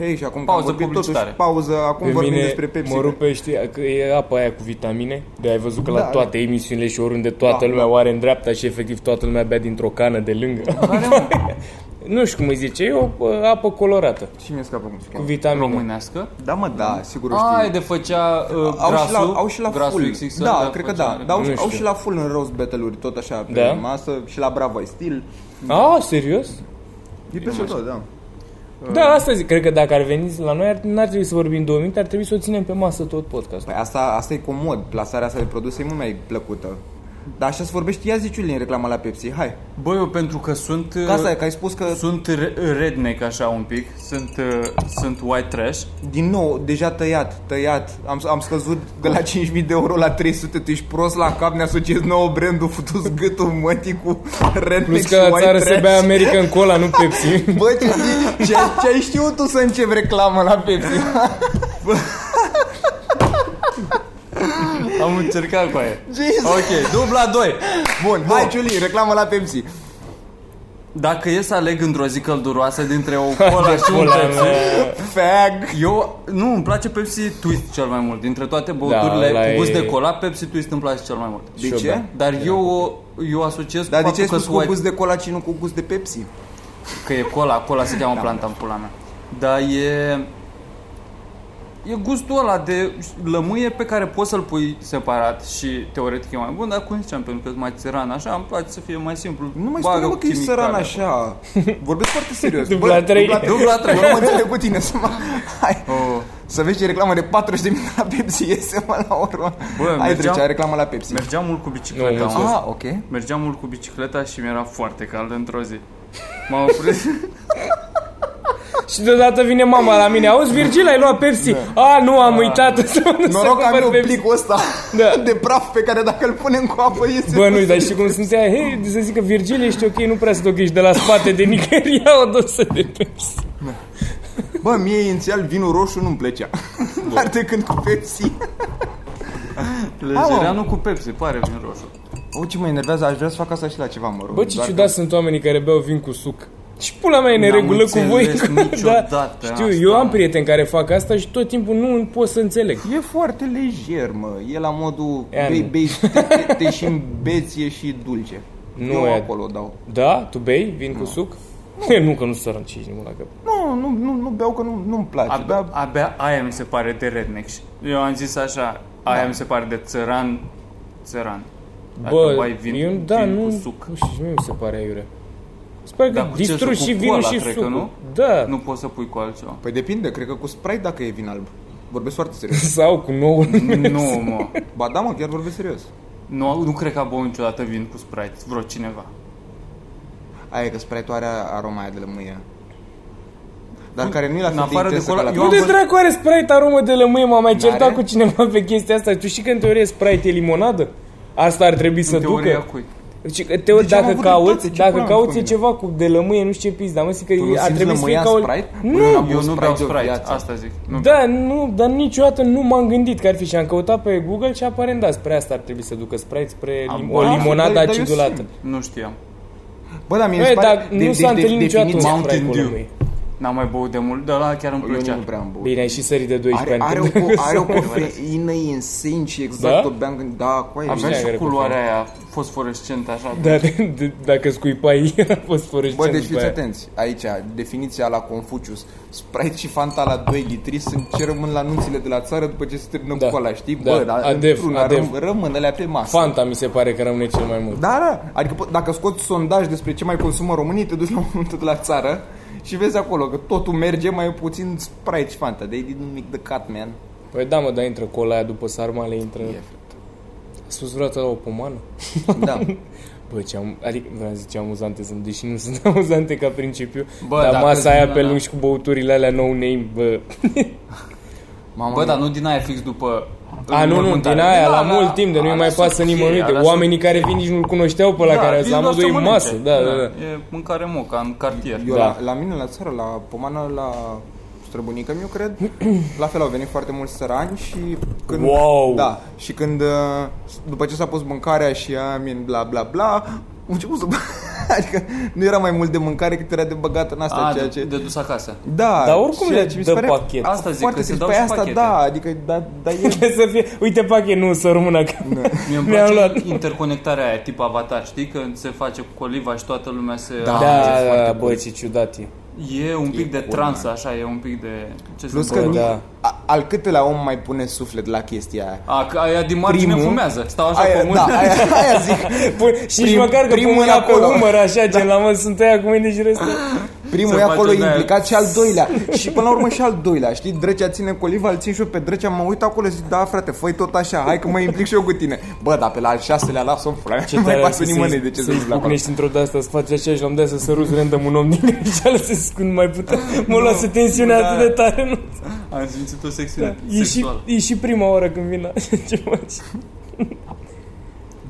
A: hei, și acum că am
C: Pauză
A: vorbit totuși,
C: publicitare.
A: pauză, acum
B: Pe
A: vorbim
B: mine
A: despre Pepsi.
B: mă rupe, știi, că e apa aia cu vitamine De ai văzut că la
A: Da.
B: toate emisiunile și oriunde toată
A: Da,
B: lumea
A: da.
B: o are în dreapta Și efectiv toată lumea bea dintr-o cană de lângă Nu știu cum îi zice, e o bă, apă colorată
A: Și mi-e scapă cum se
B: Cu
A: cheamă.
B: vitamine
C: Românească?
A: Da, mă, da, sigur o
C: Ai
A: știi.
C: de făcea uh,
A: Au și,
C: grasul,
A: la, au și la
C: grasul
A: full.
C: XXL,
A: da, cred că
C: făcea-
A: da. Dar au,
B: Nu
A: și- au
B: știu.
A: și la full în roast battle-uri, tot așa, pe
B: Da?
A: masă. Și la Bravo ai stil.
B: A, serios?
A: E peste tot, da.
B: Da, asta zic, cred că dacă ar veni la noi ar- N-ar trebui să vorbim două minute, ar trebui să o ținem pe masă tot podcastul
A: Păi asta, asta e comod, plasarea asta de produse e mult mai plăcută. Dar așa se vorbește, ia ziciul în reclama la Pepsi, hai.
C: Băi, eu pentru că sunt... uh,
A: Că asta e, că ai spus că
C: Sunt re- redneck așa un pic, sunt, uh, sunt white trash.
A: din nou, deja tăiat, tăiat, am, am scăzut de la 5.000 de euro la 300, tu ești prost la cap, ne asociezi nouă brandul, futus gâtul mătii cu redneck
B: Plus că
A: Păi și
B: la
A: white
B: țară se
A: trash.
B: bea American Cola, nu Pepsi
A: Bă, ce, ce, ce ai știut tu să începi reclamă la Pepsi?
C: Am încercat cu aia. Ok, dubla 2.
A: Bun, hai, Ciuli, reclamă la Pepsi.
C: Dacă e să aleg într-o zi călduroasă dintre o cola și un
B: Cola,
C: Pepsi,
B: mă.
A: Fag.
C: eu nu, îmi place Pepsi Twist cel mai mult. Dintre toate băuturile
B: Da, ăla
C: cu gust
B: e- da.
C: de cola, Pepsi Twist îmi place cel mai mult.
A: De
B: Și-o
A: ce?
B: bea.
C: Dar eu o- eu asociez
A: Dar
C: cu
A: de ce
C: faptul
A: ai
C: că,
A: spus cu
C: swipe,
A: gust de cola și nu cu gust de Pepsi?
C: că e cola, cola se
A: Da.
C: cheamă planta în pula mea. Dar e e gustul ăla de lămâie pe care poți să-l pui separat și teoretic e mai bun, dar cum ziceam, pentru că e mai țăran așa, îmi place să fie mai simplu.
A: Nu mai
C: Bagă
A: spune mă că ești
C: chimicale
A: săran
C: acolo.
A: așa. Vorbesc foarte serios.
B: Dubla trei.
C: Dubla trei.
A: Eu nu mă înțeleg cu tine. Să, mă... Hai.
C: Oh.
A: să vezi ce reclamă de 40 de minute la Pepsi iese mă la urmă.
C: Bă,
A: Hai
C: mergeam-
A: trecea reclamă la Pepsi.
C: Mergeam mult cu
B: Nu,
C: bicicleta.
B: mulțumesc.
C: Ah,
A: Ah, ok.
C: Mergeam mult cu bicicleta și mi-era foarte cald într-o zi. M-am oprit.
B: Și deodată vine mama la mine Auzi, Virgil, ai luat Pepsi? A, nu, am uitat să mă duc să
A: Noroc că am
B: cumpăr
A: eu
B: Pepsi.
A: plicul ăsta
B: Da.
A: de praf pe care dacă îl punem cu apă iese.
B: Bă, nu, dar știi cum sunt aia? Hei, să zic că Virgil, ești ok, nu prea să te de la spate de nicăieri, ia o dosă de Pepsi.
A: Bă, mie inițial vinul roșu nu-mi plăcea. Dar de când cu Pepsi.
C: Lejereanul cu Pepsi, pare vin roșu.
A: O, ce mă enervează, aș vrea să fac asta și la ceva, mă rog.
B: Bă, ce
A: Doar
B: ciudat sunt oamenii care beau vin cu suc. Și pula mea e
C: N-am
B: neregulă cu voi. Da.
C: înțeles niciodată
B: știu,
C: asta.
B: eu am prieteni care fac asta și tot timpul nu pot să înțeleg.
A: E foarte lejer, mă. E la modul
B: Ea
A: bei,
B: nu.
A: bei, te, te, te și în beție și dulce.
B: Nu
A: Eu
B: e.
A: acolo dau.
B: Da? Tu bei vin cu suc? Nu, nu că nu sărăm cinci nimă la cap.
A: Nu, nu, nu, nu beau că nu, nu-mi place.
C: Abia,
A: dar
C: abia aia mi se pare de redneck. Și Eu am zis așa,
B: Da.
C: aia mi se pare de țăran, țăran. Dacă
B: Bă,
C: bei vin,
B: eu, da,
C: vin
B: nu,
C: cu
B: nu
C: suc.
B: știu, și mie mi se pare aiure. Sper că
C: Dar cu ce
B: distrugi
C: suc?
B: și
C: Cu
B: vinul
C: cola,
B: și
C: cred că
B: sucul.
C: nu?
B: Da.
C: Nu poți să pui cu altceva.
A: Păi depinde, cred că cu Sprite dacă e vin alb. Vorbesc foarte serios.
B: Sau cu nouă.
C: Nu, mă.
A: ba da, mă, chiar vorbesc serios.
C: Nu, nu cred că a băut niciodată vin cu Sprite, vreo cineva.
A: Aia e că Sprite are aroma aia de lămâie. Dar care nu e la
C: În
A: fel de
C: afară de
A: intensă
C: cola-
A: ca la
C: eu
B: Nu
C: am
A: Coca-Cola.
C: văzut-
B: de dracu are Sprite aromă de lămâie, m-am mai certat
A: N-are?
B: cu cineva pe chestia asta. Tu știi că în teorie Sprite e limonadă? Asta ar trebui să
C: În teoria
B: ducă.
C: cui?
B: Deci, că teo-
A: Deci am
B: dacă
A: avut
B: cauți,
A: dreptate, ce
B: dacă
A: pula mea
B: cauți e
A: făcut?
B: ceva cu de lămâie, nu știu ce pizda, mă, zic că
A: Tu nu
B: ar
A: simți
B: trebui să fie
A: lămâia
B: ca o...
A: în Sprite?
B: Nu,
A: Bă, n-am
C: Eu
A: băut
C: nu beau
A: de o
C: Sprite,
A: viață.
C: asta zic. Nu
B: Da, nu, dar niciodată nu m-am gândit că ar fi și am căutat pe Google și aparent da, spre asta ar trebui să ducă Sprite, spre
C: Am
B: lim- o
C: băut.
B: limonadă
A: Dar- dar eu
B: acidulată.
A: simt.
C: Nu știam.
A: Bă, dar mie
B: Bă,
A: îmi pare...
B: dar nu s-a întâlnit niciodată un
A: definiția-
B: Sprite
C: Mountain
B: cu
C: Dew.
B: lămâie.
C: N-am mai băut de mult, dar la chiar îmi
A: Eu
C: plăcea.
A: nu prea am băut.
B: Bine, ai Da? și sări de 12
A: Are,
B: ani.
A: are, o,
B: când-
A: co- are o cofeină insane și exact
B: Da?
A: o beam când... Da, cu aia
C: Avea
A: e.
B: Știam
C: și
B: că
C: culoarea aia fosforescentă, așa.
B: Da, de, de, dacă scuipai, a fost
A: Bă,
B: fărășcent
A: deci fiți atenți, aici, definiția la Confucius, Sprite și Fanta la 2 litri sunt ce rămân la anunțile de la țară după ce se termină
B: Da.
A: da. cola, știi?
B: Da.
A: Bă, dar
B: Adef,
A: într-una
B: adef.
A: răm- rămân alea pe masă.
B: Fanta mi se pare că rămâne cel mai mult.
A: Da, da. Adică po- dacă scoți sondaj despre ce mai consumă românii, te duci la momentul de la țară și vezi acolo că totul merge mai puțin Sprite și Fanta. They didn't make the cut, man.
B: Păi da, mă, dar intră cola aia după sarmale, intră... A spus vreodată la o pomană?
A: Da.
B: Bă, ce am... Adică, vreau să zic ce amuzante sunt, deși nu sunt amuzante ca principiu,
C: Bă,
B: dar
C: dacă
B: masa aia
C: zi-
B: pe
C: da,
B: lung și cu băuturile alea no-name, bă...
A: Mamă,
C: Bă, dar nu din aia fix după
B: A, Ah, nu, nu, din
C: înmormântare.
B: aia,
C: Da,
B: la
C: da,
B: mult timp, de nu-i
C: alea
B: mai
C: sunt
B: pasă
C: cheie,
B: nimănui, de
C: alea
B: oamenii
C: sunt
B: care
C: cheie.
B: vin nici nu-l cunoșteau pe la care
C: Da, vin
B: la
C: doar să
B: modul e
C: mănânce.
B: masă, da, da, da.
C: E mâncare moca în cartier.
A: Eu
B: Da.
A: la, la mine la țară, la pomană, la străbunica eu cred, la fel au venit foarte mulți sărani și când,
B: Wow!
A: da, și când uh, după ce s-a pus mâncarea și amin bla bla bla, au început să adică nu era mai mult de mâncare cât era de băgat în asta,
C: A,
A: ceea
C: de,
A: ce
C: de dus acasă.
A: da,
B: Dar oricum
A: ceea
B: le
A: ce mi
B: dă
A: se pare
B: pachet.
C: Asta zic,
A: foarte
C: că se
A: trist.
C: dau
A: Păi
C: și
A: asta,
C: pachete.
A: da, adică da, da e
B: Trebuie să fie... Uite, pachet, nu, să rămână că...
C: Mie îmi
B: Mi-am
C: place
B: luat.
C: interconectarea aia, tip avatar, știi? Că se face cu coliva și toată lumea se...
B: Da,
C: alege
B: da,
C: foarte
B: bă, ce ciudat e.
C: bun. E un pic de trans, așa, e un pic de... Ce
A: plus
C: se
A: că
C: întâmplă?
A: da. a, al câtelea om mai pune suflet la chestia aia.
C: A, că aia din margine
A: Primul-
C: fumează. Stau așa
A: Aia,
C: pe
A: da,
C: mână.
A: aia, aia zic.
B: Pun, și nici
A: Prim-
B: măcar că pun
A: primul e
B: mâna pe
A: acolo.
B: umăr, așa, gen la mă, sunt aia cu mine și restul.
A: Primul
C: Se
A: e acolo
C: face de-aia.
A: implicat și al doilea. și până la urmă și al doilea, știi? Drecea ține coliva, îl țin și eu pe drecea, mă uit acolo zic, da frate, fă tot așa, hai că mă implic și eu cu tine. Bă, dar pe la al șaselea las-o în pula mea, nu mai pasă nimănui de ce se întâmplă acolo.
B: Pucnești într-o de-asta, să faci așa și l-am dat să săruți random un om din greșeală să zic, nu mai putea. Mă luase tensiunea
C: da.
B: atât de tare, nu?
A: da.
C: Am simțit o secțiune
B: Da. E și,
C: sexuală.
B: e și prima oară când vin la ce faci.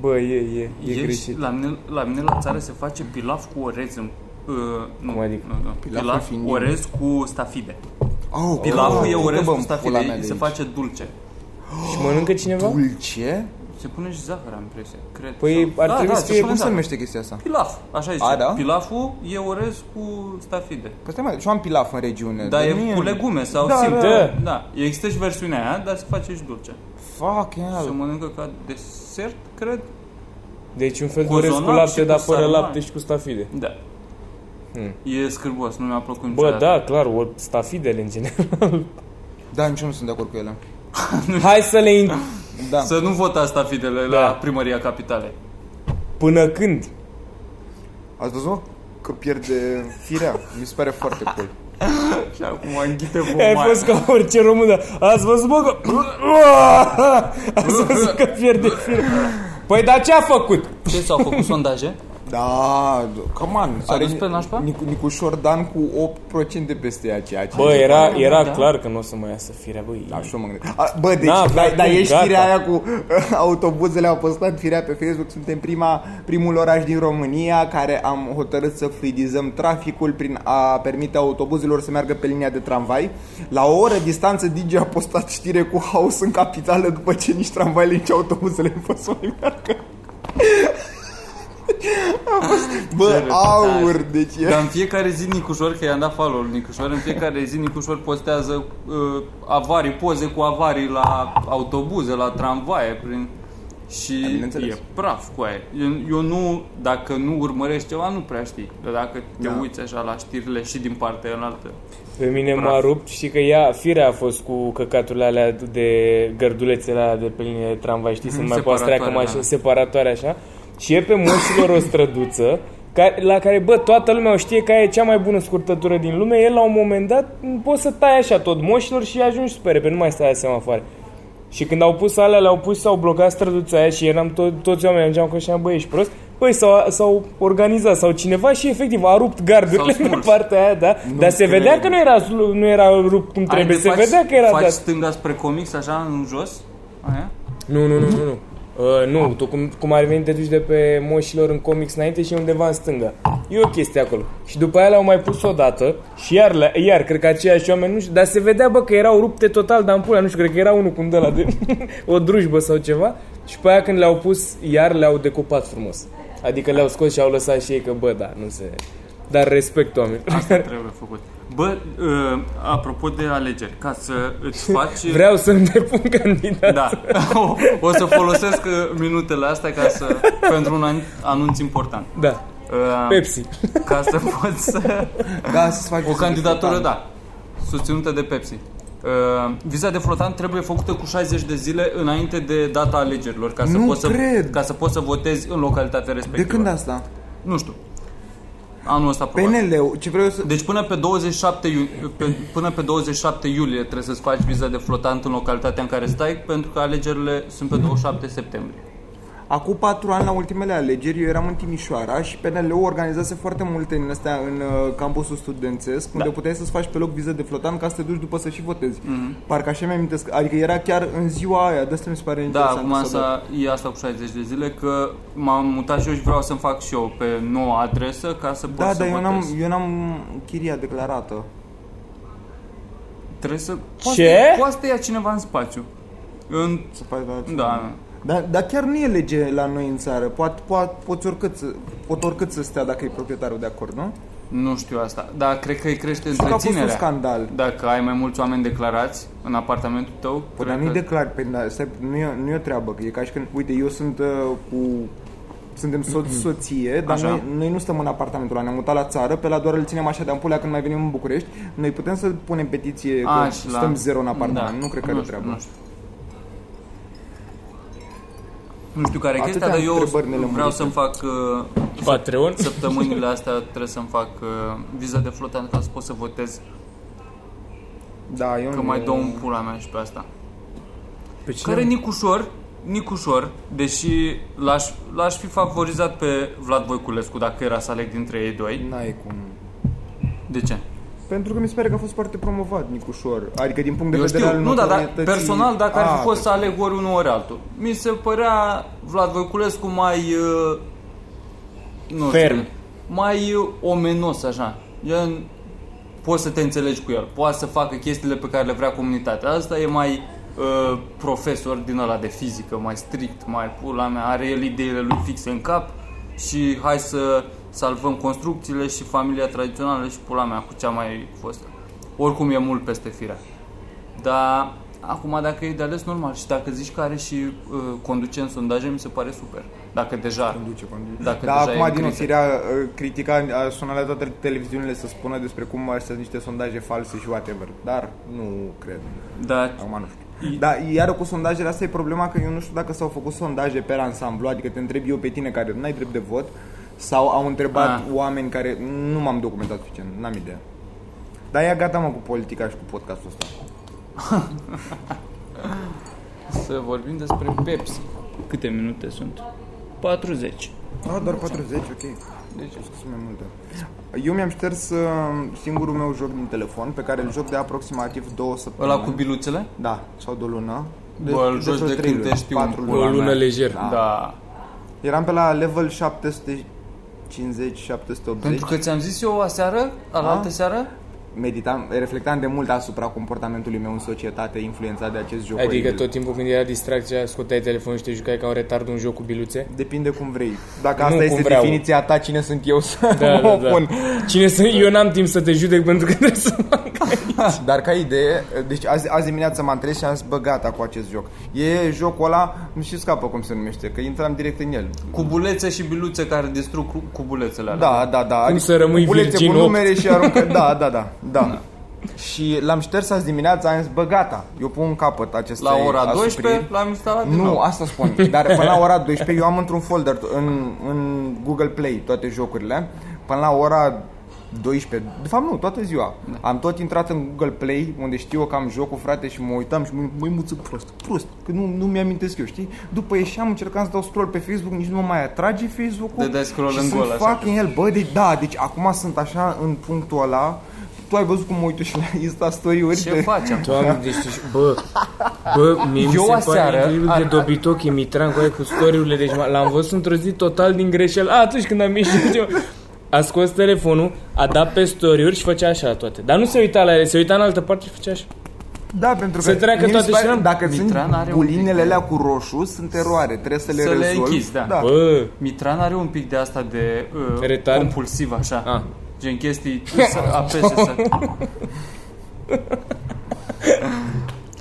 B: Bă, e, e, e,
C: E
B: greșit.
C: la, mine, la mine la țară se face pilaf cu orez în... Uh, nu,
B: Cum adică?
C: nu, nu.
A: Pilaful
C: Pilaf,
A: fiind-
C: orez cu stafide.
A: Oh,
C: Pilaful
A: oh,
C: e orez
A: uite, bă,
C: cu
A: pula
C: stafide,
A: mea
C: îi
A: de
C: se
A: aici.
C: face dulce.
B: Și mănâncă cineva?
A: dulce?
C: Se pune și zahăr, am impresia, cred.
B: Păi
C: Sau- Da,
B: ar trebui să
C: se
B: fie-
C: pune
A: Cum se
C: zahăr.
A: numește chestia asta?
C: Pilaf, așa zice.
A: A, da?
C: Pilaful e orez cu stafide.
A: Păi stai mai, și eu am pilaf în regiune.
C: Dar
A: nu
C: Da, e cu legume sau
A: Da,
C: simplu.
B: da.
C: da. Există și versiunea aia, dar se face și dulce.
A: Fuck,
B: Da,
C: Se
A: yeah.
C: mănâncă ca desert, cred.
B: Deci un fel de
C: Cozonac
B: orez cu
C: și
B: lapte,
C: cu
B: dar fără
C: sarmale.
B: lapte și cu stafide.
C: Da.
B: Hmm.
C: E scârbos, nu mi-a plăcut
B: Bă,
C: niciodată.
B: da, clar, o, stafidele în general.
A: Da, nici eu nu sunt de acord cu ele.
B: Hai să le... In...
A: Da.
C: Să nu votați stafidele
B: Da.
C: la primăria capitalei.
B: Până când?
A: Ați văzut? Că pierde firea. Mi se pare foarte cool.
C: Și acum înghite
B: Ai
C: vomarea.
B: fost ca orice român, dar ați văzut, bă, că... Ați văzut că pierde firul. Păi, dar ce a făcut?
C: Ce s-au făcut sondaje?
A: Da, come on.
C: S-a dus pe nașpa?
A: Nicu, Nicușor Dan cu 8% de peste ea, ceea ce...
B: Bă, era, era
C: Da.
B: clar că nu o să mai iasă firea, băi.
A: Da, și eu mă gândesc. A, Bă, deci,
B: Da,
A: da, da,
B: frate,
A: da ești
B: gata.
A: firea aia cu autobuzele, au postat firea pe Facebook, suntem prima, primul oraș din România care am hotărât să fluidizăm traficul prin a permite autobuzelor să meargă pe linia de tramvai. La o oră distanță, Digi a postat știre cu haos în capitală după ce nici tramvaile, nici autobuzele nu pot să mai meargă. A fost- Bă,
C: Ce
A: aur, deci e...
B: Da.
C: Dar în fiecare zi Nicușor, că i-am dat follow lui Nicușor, în fiecare zi Nicușor postează uh, avarii, poze cu avarii la autobuze, la tramvaie, prin...
A: Da,
C: Și
A: bineînțeles.
C: e praf cu aia. Eu, eu nu, dacă nu urmărești ceva, nu prea știi. Dar dacă te
A: Da.
C: uiți așa la știrile și din partea înaltă.
B: Pe mine m-a
C: Praf.
B: rupt, știi că ea, firea a fost cu căcaturile alea de gărdulețele alea de pe linie de tramvai, știi, să nu mai poate să treacă
C: Separatoare,
B: mașini
C: da.
B: separatoare așa. Și e pe munților o străduță care, la care, bă, toată lumea o știe că aia e cea mai bună scurtătură din lume. El, la un moment dat, m, poți să tai așa tot moșilor și ajungi super repede, nu mai stai la semafoare. Și când au pus alea, le-au pus, s-au blocat străduța aia și eram to- toți oamenii, ajungeam că ăștia, băi, ești prost? Băi, s-au, s-au organizat sau cineva și efectiv a rupt gardurile
C: S-au
B: în
C: smuls.
B: partea aia, da? Nu Dar se
A: cred.
B: vedea că nu era, slu- nu era rupt cum trebuie, se vedea că era
C: faci
B: dat.
C: stânga spre comics, așa, în jos. Aia.
B: Nu, nu, nu, nu, nu. Uh, nu, tu cum, cum ar veni te duci de pe moșilor în comics înainte și undeva în stânga. E o chestie acolo. Și după aia le-au mai pus o dată și iar, le- iar cred că aceiași oameni, nu știu, dar se vedea, bă, că erau rupte total de ampulea, nu știu, cred că era unul cu un de la de o drujbă sau ceva. Și pe aia când le-au pus, iar le-au decupat frumos. Adică le-au scos și au lăsat și ei că, bă, da, nu se... Dar respect oameni.
C: Asta trebuie făcut. Bă, uh, apropo de alegeri, ca să îți faci...
B: Vreau să-mi depun candidat.
C: Da. O, o să folosesc uh, minutele astea ca să, pentru un an- anunț important.
B: Da.
C: Uh,
B: Pepsi.
C: Ca să poți să...
A: Da, să-ți faci
C: O
A: viza de
C: candidatură,
A: flotant.
C: da. Susținută de Pepsi. Uh, viza de flotant trebuie făcută cu 60 de zile înainte de data alegerilor ca să,
A: Nu
C: poți, să,
A: cred.
C: ca să poți să votezi în localitatea
A: De
C: respectivă.
A: când asta? Păi,
C: Nu știu. Anul ăsta probabil.
A: PNL-ul, ce vreau eu să...
C: Deci până pe 27 iulie, pe, până pe 27 iulie trebuie să-ți faci viza de flotant în localitatea în care stai, pentru că alegerile sunt pe 27 septembrie.
A: Acum patru ani, la ultimele alegeri, eu eram în Timișoara și PNL-ul organizase foarte multe din astea în uh, campusul studențesc, unde
C: Da.
A: puteai să-ți faci pe loc viză de flotant ca să te duci după să și votezi.
C: Mhm.
A: Parcă așa mi-am amintesc, adică era chiar în ziua aia, de asta mi se pare
C: Da,
A: interesant.
C: acum
A: că s-a dat.
C: asta, e asta cu 60 de zile, că m-am mutat și eu și vreau să-mi fac și eu pe noua adresă ca să pot
A: Da,
C: să
A: dar eu
C: votez.
A: n-am, eu n-am chiria declarată.
C: Trebuie să...
B: Ce?
C: Poate, poate să te ia cineva în spațiu. În...
A: Să faci la
C: Da,
A: Dar, dar chiar nu e lege la noi în țară. Poate, poate, poți oricât, să- pot oricât să stea dacă e proprietarul de acord, nu?
C: nu știu asta, dar cred că îi crește
A: Știu că a fost un
C: întreținerea.
A: scandal.
C: Dacă ai mai mulți oameni declarați în apartamentul tău,
A: Păi, dar
C: cred
A: nu-i
C: că-
A: declar, pe, da, stai, nu, e, nu e o treabă, că e ca și când, uite, eu sunt uh, cu suntem soț, soție, dar
C: Așa.
A: noi, noi, nu stăm în apartamentul ăla, ne-am mutat la țară, pe la doar îl ținem așa de ampulea când mai venim în București, noi putem să punem petiție că
C: A, și la-
A: stăm zero în apartament, nu cred că
C: da. nu
A: are
C: știu,
A: treabă.
C: Nu știu. Nu știu care e
A: Atâtea
C: chestia, dar eu
A: întrebări nelămurite.
C: vreau să-mi fac uh,
B: Patreon.
C: săptămânile astea, trebuie să-mi fac uh, viza de flotant ca să pot să votez,
A: Da, eu
C: că
A: nu...
C: mai dau un pula mea și pe asta.
B: Pe cine?
C: Care Nicușor, Nicușor, deși l-aș, l-aș fi favorizat pe Vlad Voiculescu dacă era să aleg dintre ei doi.
A: N-ai cum.
C: De ce?
A: Pentru că mi se pare că a fost foarte promovat, Nicușor. Adică din punct de
C: Eu
A: vedere
C: știu,
A: al
C: nu, dar da,
A: notorietății-
C: personal, dacă ar
A: A,
C: fi fost să aleg ori unul, ori altul, mi se părea Vlad Voiculescu mai, uh, nu
B: Ferm.
C: știu, mai uh, omenos, așa. Gen, poți să te înțelegi cu el, poate să facă chestiile pe care le vrea comunitatea. Asta e mai uh, profesor din ăla de fizică, mai strict, mai pula mea, are el ideile lui fixe în cap și hai să salvăm construcțiile și familia tradițională și pula mea cu cea mai fostă. Oricum e mult peste firea. Dar acum dacă e de ales normal și dacă zici că are și uh, conduce în sondaje, mi se pare super. Dacă deja...
A: Conduce, conduce.
C: Dacă
A: da,
C: deja e în
A: acum din
C: criză.
A: ofirea uh, critica a sunat la toate televiziunile să spună despre cum ar sunt niște sondaje false și whatever. Dar nu cred.
C: Dar
A: Acum nu știu. Dar iară cu sondajele asta e problema că eu nu știu dacă s-au făcut sondaje pe ansamblu, adică te întreb eu pe tine care n-ai drept de vot sau au întrebat
C: Ah.
A: oameni care nu m-am documentat suficient, n-am idee. Dar ia gata mă cu politica și cu podcastul ăsta.
C: să vorbim despre Pepsi. Câte minute sunt? 40.
A: Ah, doar 40, ok.
C: Deci,
A: Sunt mai multe. Eu mi-am șters uh, singurul meu joc din telefon, pe care îl joc de aproximativ două săptămâni.
C: ăla cu biluțele?
A: Da, sau de o lună.
C: Bă, îl joci
A: vreo
C: de
A: trei
C: când te
A: luni,
C: știu.
A: patru
B: O
A: luni.
B: lună
C: mea.
B: lejer.
A: Da.
C: Da.
A: Eram pe la level 750, 780.
C: Pentru că ți-am zis eu aseară, alaltă
A: A?
C: seară,
A: meditam, reflectam de mult asupra comportamentului meu în societate influențat de acest joc.
B: Adică
A: oribil.
B: tot timpul când era distracția, scoteai telefonul și te jucai ca un retard un joc cu biluțe?
A: Depinde cum vrei. Dacă
B: Nu
A: asta este
B: cum vreau.
A: definiția ta, cine sunt eu să
C: Da, Oh,
A: mă opun.
B: Da, Cine să... Eu n-am timp să te judec pentru că trebuie să fac.
A: Ah, Dar ca idee, deci azi, azi dimineața m-am trezit și am zis, bă, gata cu acest joc. E jocul ăla, nu știu scapă cum se numește, că intram direct în el.
C: cubulețe și biluțe care distrug cu- cubulețele alea.
A: Da, da, da. adică
B: să rămâi
A: culețe
B: virgin
A: cu
B: opt.
A: numere și aruncă. Da, da, da, da. Și l-am șters azi dimineața, am zis, bă, gata, eu pun capăt acestei
C: La ora
A: asupriri."
C: 12 l-am instalat din
A: Nu,
C: nou.
A: asta spun. Dar până la ora 12 eu am într-un folder în, în Google Play toate jocurile. Până la ora 12, de fapt nu, toată ziua. Da. Am tot intrat în Google Play, unde știu eu că am jocul, frate, și mă uitam și mă măi, muță prost, prost, că nu, nu mi-amintesc eu, știi? După ieșeam, încercam să dau scroll pe Facebook, nici nu mă mai atrage Facebook-ul.
C: Dă- dai scroll
A: și
C: în
A: sunt
C: gol, așa.
A: fucking el, bă, deci, da, deci acum sunt așa în punctul ăla, tu ai văzut cum mă uit eu și la Insta story-uri
C: Ce
A: de-
C: facem?
B: Doamne, deci, deci, bă, bă, mie mi
C: Eu
B: se
C: aseară
B: pare incredibil
C: am-
B: de dobitochi Mitran cu aia cu storiurile, deci m- l-am văzut într-o zi total din greșeală. A, atunci când am ieșit eu, a scos telefonul, a dat pe story-uri și făcea așa la toate. Dar nu se uita la ele, se uita în altă parte și făcea așa.
A: Da, pentru
B: Să
A: că
B: treacă
A: mie mi
B: toate
A: se pare-
B: și n-am-
A: dacă
C: Mitran
A: sunt
C: are un pic
A: bulinele
C: de-
A: alea cu roșu, sunt eroare, trebuie să le
C: Să le
A: rezolvi.
C: închizi, da.
A: da.
B: Bă,
C: Mitran are un pic de asta de uh,
B: Retard?
C: compulsiv, așa.
B: Ah.
C: Gen chestii, să apese să...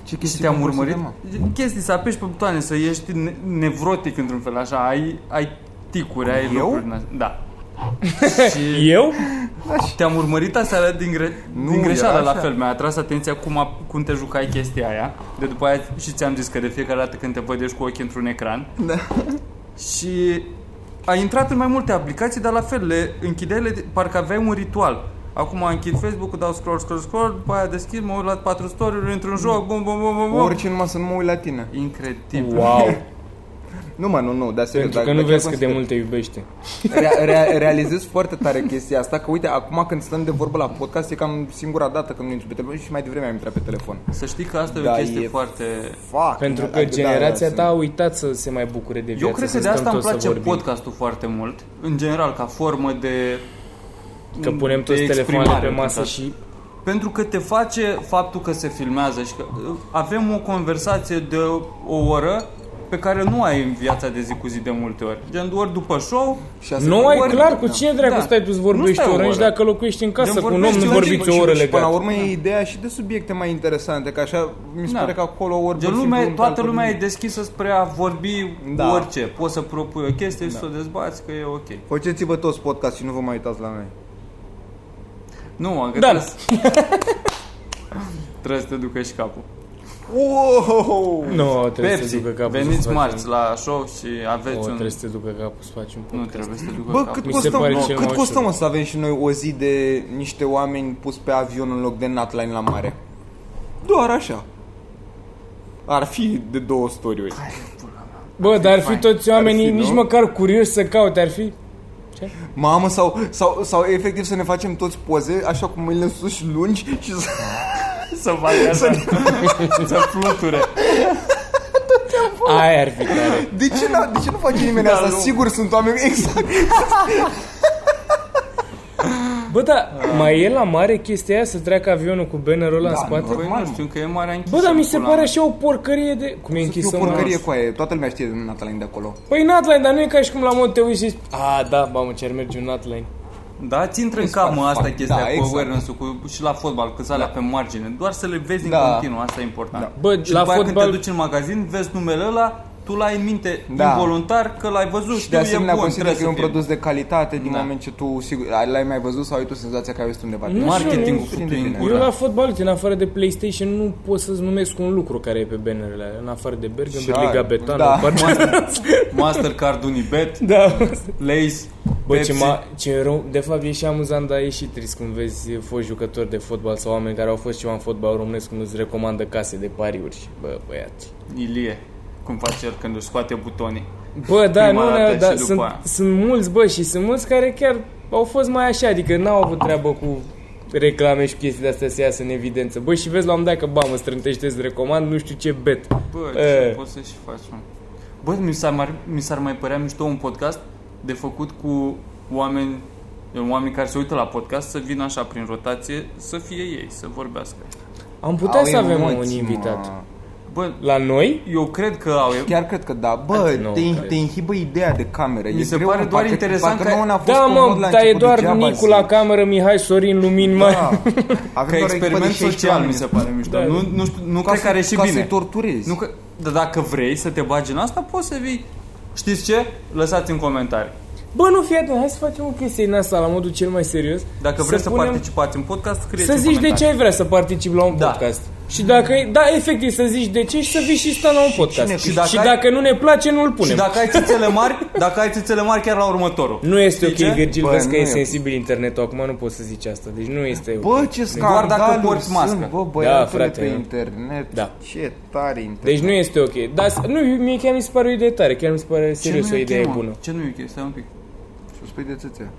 A: Ce
C: Și te-am
A: compulsive,
C: urmărit?
A: mă?
C: Chestii, să apeși pe butoane, să ești ne- nevrotic într-un fel, așa, ai, ai ticuri, ai
A: Eu?
C: lucruri. din așa. Da. și
B: eu?
C: te-am urmărit aseară din, gre-
A: Nu,
C: din greșeală
A: era
C: la
A: așa.
C: fel, mi-a atras atenția cum, a, cum te jucai chestia aia, de după aia și ți-am zis că de fiecare dată când te văd ești cu ochii într-un ecran.
A: Da.
C: Și ai intrat în mai multe aplicații, dar la fel, le închideai, le, parcă aveai un ritual. Acum închid Facebook-ul, dau scroll, scroll, scroll, după aia deschid, mă uit la patru story-uri, într-un joc, bum, bum, bum, bum, bum.
A: Orice numai să nu mă uit la tine.
C: Incredibil.
B: Wow,
A: Nu mă, nu, nu, dar serios.
B: pentru că
A: dar-
B: nu
A: dar
B: vezi
A: chiar
B: cât
A: consider-
B: de mult te iubește.
A: Rea- rea- realizez foarte tare chestia asta, că uite, acum când stăm de vorbă la podcast, e cam singura dată când nu intru pe telefon și mai devreme am intrat pe telefon.
C: Să știi că asta e o
A: Da,
C: chestie
A: e
C: foarte...
A: Fuck,
B: Pentru
A: adică
B: că
A: da,
B: generația
A: da,
B: ta a
A: sunt-
B: uitat să se mai bucure de viață.
C: Eu cred că
B: să
C: de
B: stăm
C: asta îmi
B: toți să
C: place
B: vorbim.
C: podcastul foarte mult, în general, ca formă de...
B: Că punem
C: de
B: toți telefoanele
C: exprimare,
B: pe masă
C: tot așa.
B: și
C: Pentru că te face faptul că se filmează și că uh, avem o conversație de o oră pe care nu ai în viața de zi cu zi de multe ori. Gen, ori după show,
A: Și asta
B: Nu
A: e-
B: ai
A: ori-
B: clar cu cine dracu
C: Da.
B: stai tu să
C: Nu
B: vorbești
C: stai
B: o
C: o
B: oră,
C: oră.
B: și dacă locuiești în casă
C: Gen,
B: cu un om nu
C: vorbești
B: vorbiți o
A: Și-
B: oră
A: și Până la
B: legat.
A: urmă e ideea și de subiecte mai interesante, că așa mi se
C: Da.
A: pare că acolo ori
C: Gen
A: pur și
C: lume,
A: simplu
C: toată
A: îmi
C: lumea e
A: calcul-
C: deschisă spre a vorbi
A: Da.
C: da. orice. Poți să propui o chestie
B: Da.
C: și să o dezbați că e ok.
A: Faceți-vă toți podcast și nu vă mai uitați la noi.
C: Nu, mă, că
B: Da.
C: trebuie, să... trebuie să te ducă și capul.
A: Wow!
B: Nu, trebuie să
C: Pepsi,
B: te ducă capul. să
C: veniți
B: faci
C: marți
B: un-
C: la show și
B: O,
C: aveți un...
B: trebuie să te ducă capul să faci un podcast.
C: Nu trebuie să te ducă
A: Bă,
C: capul.
A: cât
B: Mi se
A: costăm,
B: pare
A: no,
B: cel
A: cât
B: mai
A: costăm
B: ușor.
A: mă, să avem și noi o zi de niște oameni pus pe avion în loc de natline la mare? Doar așa. Ar fi de două story
B: Bă, dar ar fi toți oamenii
A: Ar fi, nu?
B: nici măcar curioși să caute, ar fi...
A: Mamă, sau, sau, sau efectiv să ne facem toți poze, așa cu mâinile în sus și lungi și să...
C: să faci așa. să fluture.
B: Aia ar fi tare.
A: De ce, n-a- de ce nu face nimeni asta?
C: nu.
A: Sigur sunt oameni exact.
B: Bă, dar
C: Ah.
B: mai e la mare chestia aia să treacă avionul cu bannerul ăla în spate?
C: Păi nu știu că e marea închisă.
B: Bă, dar mi se
C: pula
B: pare
C: mea.
B: așa o porcărie de... Cum e
A: E o
B: închisă mă?
A: porcărie cu aia, toată lumea știe de Natalin de acolo.
B: Păi Natline, dar nu e ca și cum la mod te uiți și zici A, da, mamă, ce ar merge un Natline
C: Da, ți intră în cap, mă, asta
A: fac.
C: e chestia
A: Da,
C: cu
A: exact.
C: awareness-ul cu, și la fotbal, că alea pe margine. Doar să le vezi
A: Da.
C: în continuu, asta e important.
B: Bă,
C: Și
B: la
C: după aia
B: fotbal-
C: când te duci în magazin, vezi numele ăla, tu l-ai în minte
A: Da.
C: involuntar că l-ai văzut,
A: Și de asemenea
C: e bun,
A: consider
C: trebuie
A: că e un
C: să fie.
A: produs de calitate din
C: Da.
A: moment ce tu sigur, l-ai mai văzut sau ai tu senzația că ai văzut undeva.
B: Nu
C: Marketingul
A: știu, nu
C: făcut în
A: știu.
B: Eu
C: gură.
B: la fotbal, uite, în afară de PlayStation, nu pot să-ți numesc un lucru care e pe bannerele alea. În afară de Bergenberg,
A: Și
B: Liga
A: are.
B: Betano,
A: Da.
B: Parma...
C: Mastercard, Unibet,
B: da.
C: Lays,
B: Bă, ce,
C: Pepsi.
B: ma, ce rău, de fapt e și amuzant, dar e și trist când vezi fost jucători de fotbal sau oameni care au fost ceva în fotbal românesc cum îți recomandă case de pariuri și bă, băiat.
C: Ilie, cum face el când își scoate butonii.
B: Bă, da,
C: Prima
B: nu,
C: dată
B: ne-
C: și
B: da,
C: după
B: sunt,
C: aia.
B: sunt mulți, bă, și sunt mulți care chiar au fost mai așa, adică n-au avut treabă cu reclame și chestii de astea să iasă în evidență. Bă, și vezi la un moment dat că, bă, mă strântește, îți recomand, nu știu ce bet.
C: Bă,
B: E.
C: ce poți să și faci, mă? Bă, mi s-ar, mai, mi s-ar mai părea mișto un podcast de făcut cu oameni oameni care se uită la podcast să vină așa prin rotație să fie ei, să vorbească.
B: Am putea
A: Au
B: să avem un
A: emoții, mă.
B: invitat.
C: Bă,
B: La noi?
C: eu cred că au...
A: Chiar cred că da. Bă,
B: Nu,
A: te,
B: cred.
A: te inhibă ideea de cameră.
C: Mi
A: e
C: se
A: greu,
C: pare
A: mă,
C: doar
A: parcă-
C: interesant
A: parcă
C: că-
A: nu a fost
B: Da,
A: comod la
B: mă, dar e
A: început,
B: doar
A: degeaba
B: Nicu la
A: zic.
B: cameră, Mihai Sorin, lumini mai...
A: Da. Avem
C: Ca
A: doar o echipă de
C: experiment
A: 16
C: social mi
A: oameni.
C: se pare mișto.
B: Da.
C: Nu, nu, știu, nu
A: Ca
C: cred că
A: să-
C: are și
A: ca
C: bine.
A: să-i torturezi.
C: Nu că, dar dacă vrei să te bagi în asta, poți să vii. Știți ce? Lăsați în comentarii.
B: Bă, nu fii atent, hai să facem o chestie din asta, la modul cel mai serios.
C: Dacă vreți să,
B: punem-
C: participați în podcast, scrieți
B: Să
C: în
B: zici de
C: comentarii.
B: ce ai vrea să participi la un
C: Da.
B: podcast. Și dacă, e- da, efectiv, să zici de ce și să vii și sta la un podcast.
C: cine-
B: Și,
C: și dacă
B: și
C: ai-
B: dacă nu ne place, nu-l
C: Și
B: punem.
C: dacă ai țâțele mari, dacă ai țâțele mari chiar la următorul.
B: Nu este ok,
C: ce?
B: Virgil,
A: Bă,
B: vezi că
A: nu
B: e
A: e.
B: sensibil internetul, acum nu poți să zici asta. Deci nu este ok.
A: Bă, ce
C: Doar
A: scandaluri
C: dacă porți mască.
A: sunt, bă, băiatule,
B: frate,
A: pe
B: da.
A: internet.
B: Da.
A: Ce tare internet.
B: Deci nu este ok. Dar s- nu, mie chiar mi se pare o idee tare, chiar mi se pare
C: Ce
B: serios
C: nu
B: o
C: e
B: idee
C: ok, mă?
B: bună.
C: Ce nu e ok? Stai un pic.
A: Și spui de țâțe.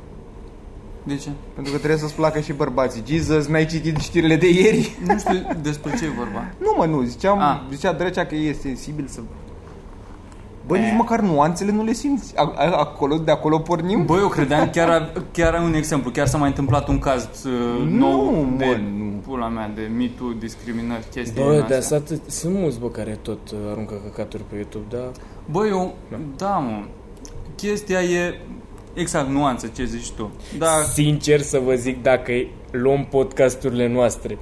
C: De ce?
A: Pentru că trebuie să-ți placă și bărbații. Jesus, n-ai citit știrile de ieri?
C: Nu știu despre ce e vorba.
A: Nu, mă, nu. Ziceam,
C: A.
A: zicea Drăcea că e sensibil să... Bă,
C: Eh.
A: nici măcar nuanțele nu le simți. A, a, acolo, de acolo pornim?
C: Bă, eu credeam chiar, chiar un exemplu, chiar s-a mai întâmplat un caz uh, nou
A: mă,
C: de
A: nu.
C: pula mea, de mitul discriminări, chestii din
B: Bă,
C: astea.
B: dar s-a atât- sunt mulți, bă, care tot uh, aruncă căcaturi pe YouTube, dar...
C: Bă, eu, da, mă, chestia e exact nuanță ce zici tu. Da,
B: Sincer să vă zic, dacă luăm podcasturile noastre,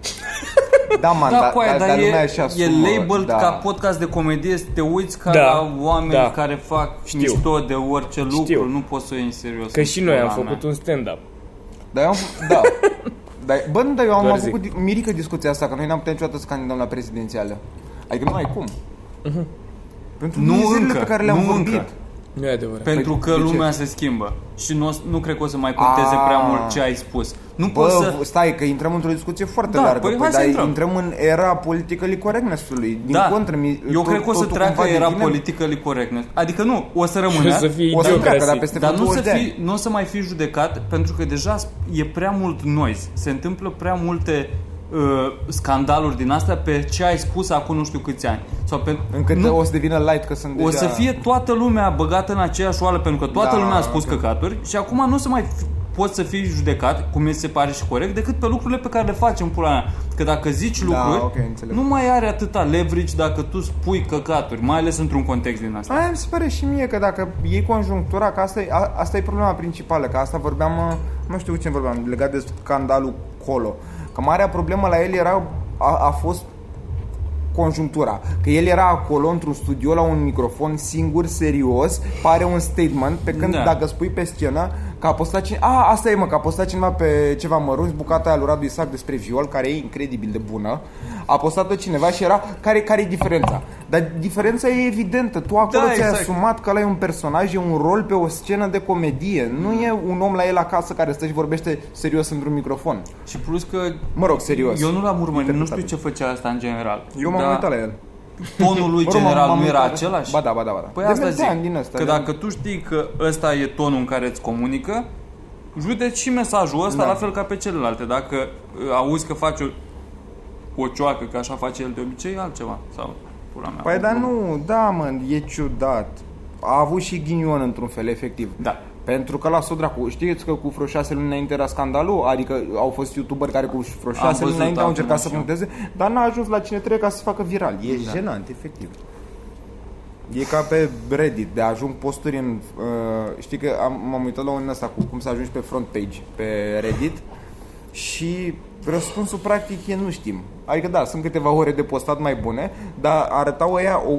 A: Da, man,
C: da, coaia, dar,
A: lumea
C: e,
A: își asumă,
C: e labeled
A: da.
C: ca podcast de comedie, să te uiți ca
B: Da,
C: la oameni
B: da.
C: care fac
B: Știu.
C: mișto de orice lucru,
B: Știu.
C: nu poți să o iei în serios.
B: că și noi am
C: Pula
B: făcut
C: mea.
B: un stand-up.
A: Da, eu am făcut, da. da. Bă, nu, dar eu am
B: Doar
A: avut cu mirică discuția asta, că noi n-am putea niciodată să candidăm la prezidențială. Adică nu ai cum. Pentru
C: Mhm. Nu
A: mizeriile
C: încă,
A: pe care le-am
C: nu
A: vorbit.
C: încă.
B: Nu e adevărat.
C: Pentru că
A: Păi, de ce?
C: lumea se schimbă și nu, o s- nu cred că o să mai conteze
A: Ah.
C: prea mult ce ai spus. Nu
A: Bă,
C: poți să...
A: stai, că intrăm într-o discuție foarte
C: Da,
A: largă.
C: păi hai să
A: dar
C: intrăm.
A: intrăm în era politică correctness-ului. Din
C: da,
A: contră, mi,
C: eu
A: tot-
C: cred că o să
A: totul
C: treacă
A: cumva
C: era
A: devine-
C: politically correctness. Adică nu, o să
B: Și o
C: rămână,
B: să fie
A: O să treacă, dar
B: idiocrasie.
A: peste
C: dar nu o, să
A: 20 de ani.
C: fi, nu o să mai fi judecat pentru că deja e prea mult noise. Se întâmplă prea multe uh, scandaluri din astea pe ce ai spus acum nu știu câți ani. Sau pe,
A: Încât
C: nu,
A: o să devină light, că sunt
C: o
A: deja...
C: să fie toată lumea băgată în aceeași oală pentru că toată
A: Da,
C: lumea a spus
A: ok.
C: căcaturi și acum nu o să mai fi- poți să fii judecat, cum mi se pare și corect, decât pe lucrurile pe care le facem pula mea. Că dacă zici lucruri,
A: Da, ok, înțeleg.
C: nu mai are atâta leverage dacă tu spui căcaturi, mai ales într-un context din asta.
A: Aia îmi se pare și mie că dacă iei conjunctura, că asta e, a, asta e problema principală, că asta vorbeam, uh, nu știu cu ce vorbeam, legat de scandalul Colo. Că marea problemă la el era, a, a fost conjunctura. Că el era acolo într-un studio la un microfon singur, serios, pare un statement, pe când
C: Da.
A: da. dacă spui pe scenă că a postat cineva, a, asta e mă, că a postat cineva pe ceva mărunt, bucata aia lui Radu Isaac despre viol, care e incredibil de bună, a postat-o cineva și era, care, care e diferența? Dar diferența e evidentă, tu acolo
C: Da,
A: ți-ai
C: exact.
A: asumat că ăla e un personaj, e un rol pe o scenă de comedie, nu e un om la el acasă care stă și vorbește serios într-un microfon.
C: Și plus că
A: Mă rog, serios.
C: eu nu l-am urmărit, nu știu ce făcea asta în general.
A: Eu m-am
C: dar
A: uitat la el.
C: Tonul lui
A: Mă rog, m-am-
C: general
A: m-am
C: nu era
A: uitat.
C: același?
A: Ba da, ba da, ba da.
C: Păi asta
A: mergeam
C: zic,
A: din asta,
C: că
A: de-
C: dacă tu știi că ăsta e tonul în care îți comunică, judeci și mesajul ăsta
A: Da.
C: la fel ca pe celelalte. Dacă uh, auzi că faci o, o cioacă, că așa face el de obicei, e altceva. Sau pula mea.
A: Păi
C: o
A: dar
C: glumă.
A: nu, da mă, e ciudat. A avut și ghinion într-un fel, efectiv.
C: Da.
A: Pentru că la Sodracu, știți că cu vreo șase luni înainte era scandalul? Adică au fost youtuberi care cu vreo șase luni
C: văzut, da.
A: înainte
C: am
A: au încercat
C: văzut
A: să
C: și eu.
A: punteze, dar n-a ajuns la cine trebuie ca să se facă viral. E
C: Exact.
A: da. jenant, efectiv. E ca pe Reddit, de ajung posturi în... Uh, știi că am, m-am uitat la un ăsta cu cum să ajungi pe front page pe Reddit și răspunsul practic e nu știm. Adică da, sunt câteva ore de postat mai bune, dar arătau ea o,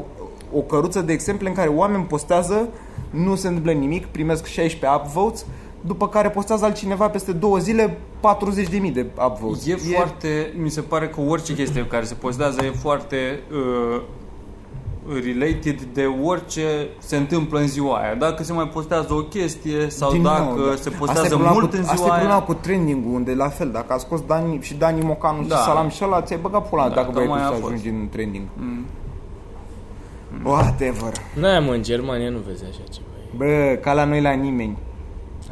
A: o căruță de exemple în care oameni postează, nu se întâmplă nimic, primesc 16 upvotes, după care postează altcineva peste două zile 40.000 de upvotes.
C: E, e foarte, mi se pare că orice chestie care se postează e foarte uh, related de orice se întâmplă în ziua aia. Dacă se mai postează o chestie sau
A: Din
C: dacă
A: nou, da.
C: se
A: Asta e
C: postează
A: problema
C: mult
A: cu,
C: în
A: Asta e
C: ziua
A: problema
C: aia.
A: cu trending-ul, unde la fel, dacă a scos Dani, și Dani Mocanu
C: Da.
A: și Salam și ăla, ți-ai băgat pula
C: Da,
A: dacă
C: cam
A: vrei tu
C: aia a
A: să
C: fost. Mm.
A: ajungi în trending. Mm. Whatever.
B: N-ai mă, în Germania nu vezi așa ceva.
A: Bă, ca la noi la nimeni.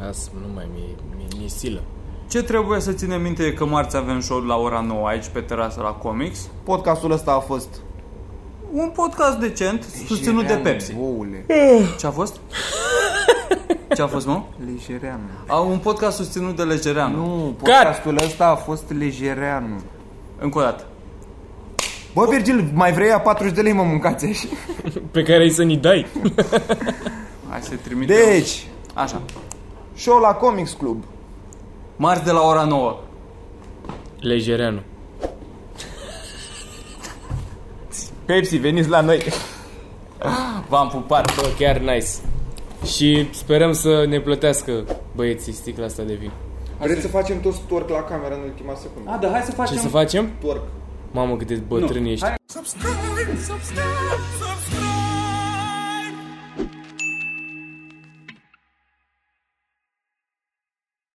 B: Asta nu mai mi-e, mi-e, mi-e silă.
C: Ce trebuie să ținem minte e că marți avem show la ora 9 aici pe terasa la Comics.
A: Podcastul ăsta a fost...
C: Un podcast decent susținut de
A: Lijereanu,
C: Pepsi.
A: Oule,
C: Ce a fost? Ce a fost, mă?
A: lejereanu.
C: A, un podcast susținut de Legereanu. Nu.
A: Nu, podcastul ăsta a fost lejereanu.
C: Încă o dată.
A: Bă, Virgil, mai vrei a 40 de lei, mă mâncați așa.
B: Pe care ai să ni dai.
C: Hai să trimitem.
A: Deci,
C: Așa.
A: show la Comics Club.
C: Marți de la ora 9.
B: Lejereanu.
A: Pepsi, veniți la noi.
C: Ah, V-am pupat.
B: Bă, chiar nice. Și sperăm să ne plătească băieții sticla asta de vin.
A: Vreți să facem toți torc la cameră în ultima secundă?
C: A, da, hai să
B: Ce
C: facem.
B: să facem?
A: Torc.
F: Mamă, câte bătrâni ești.
B: Subscribe, subscribe, subscribe.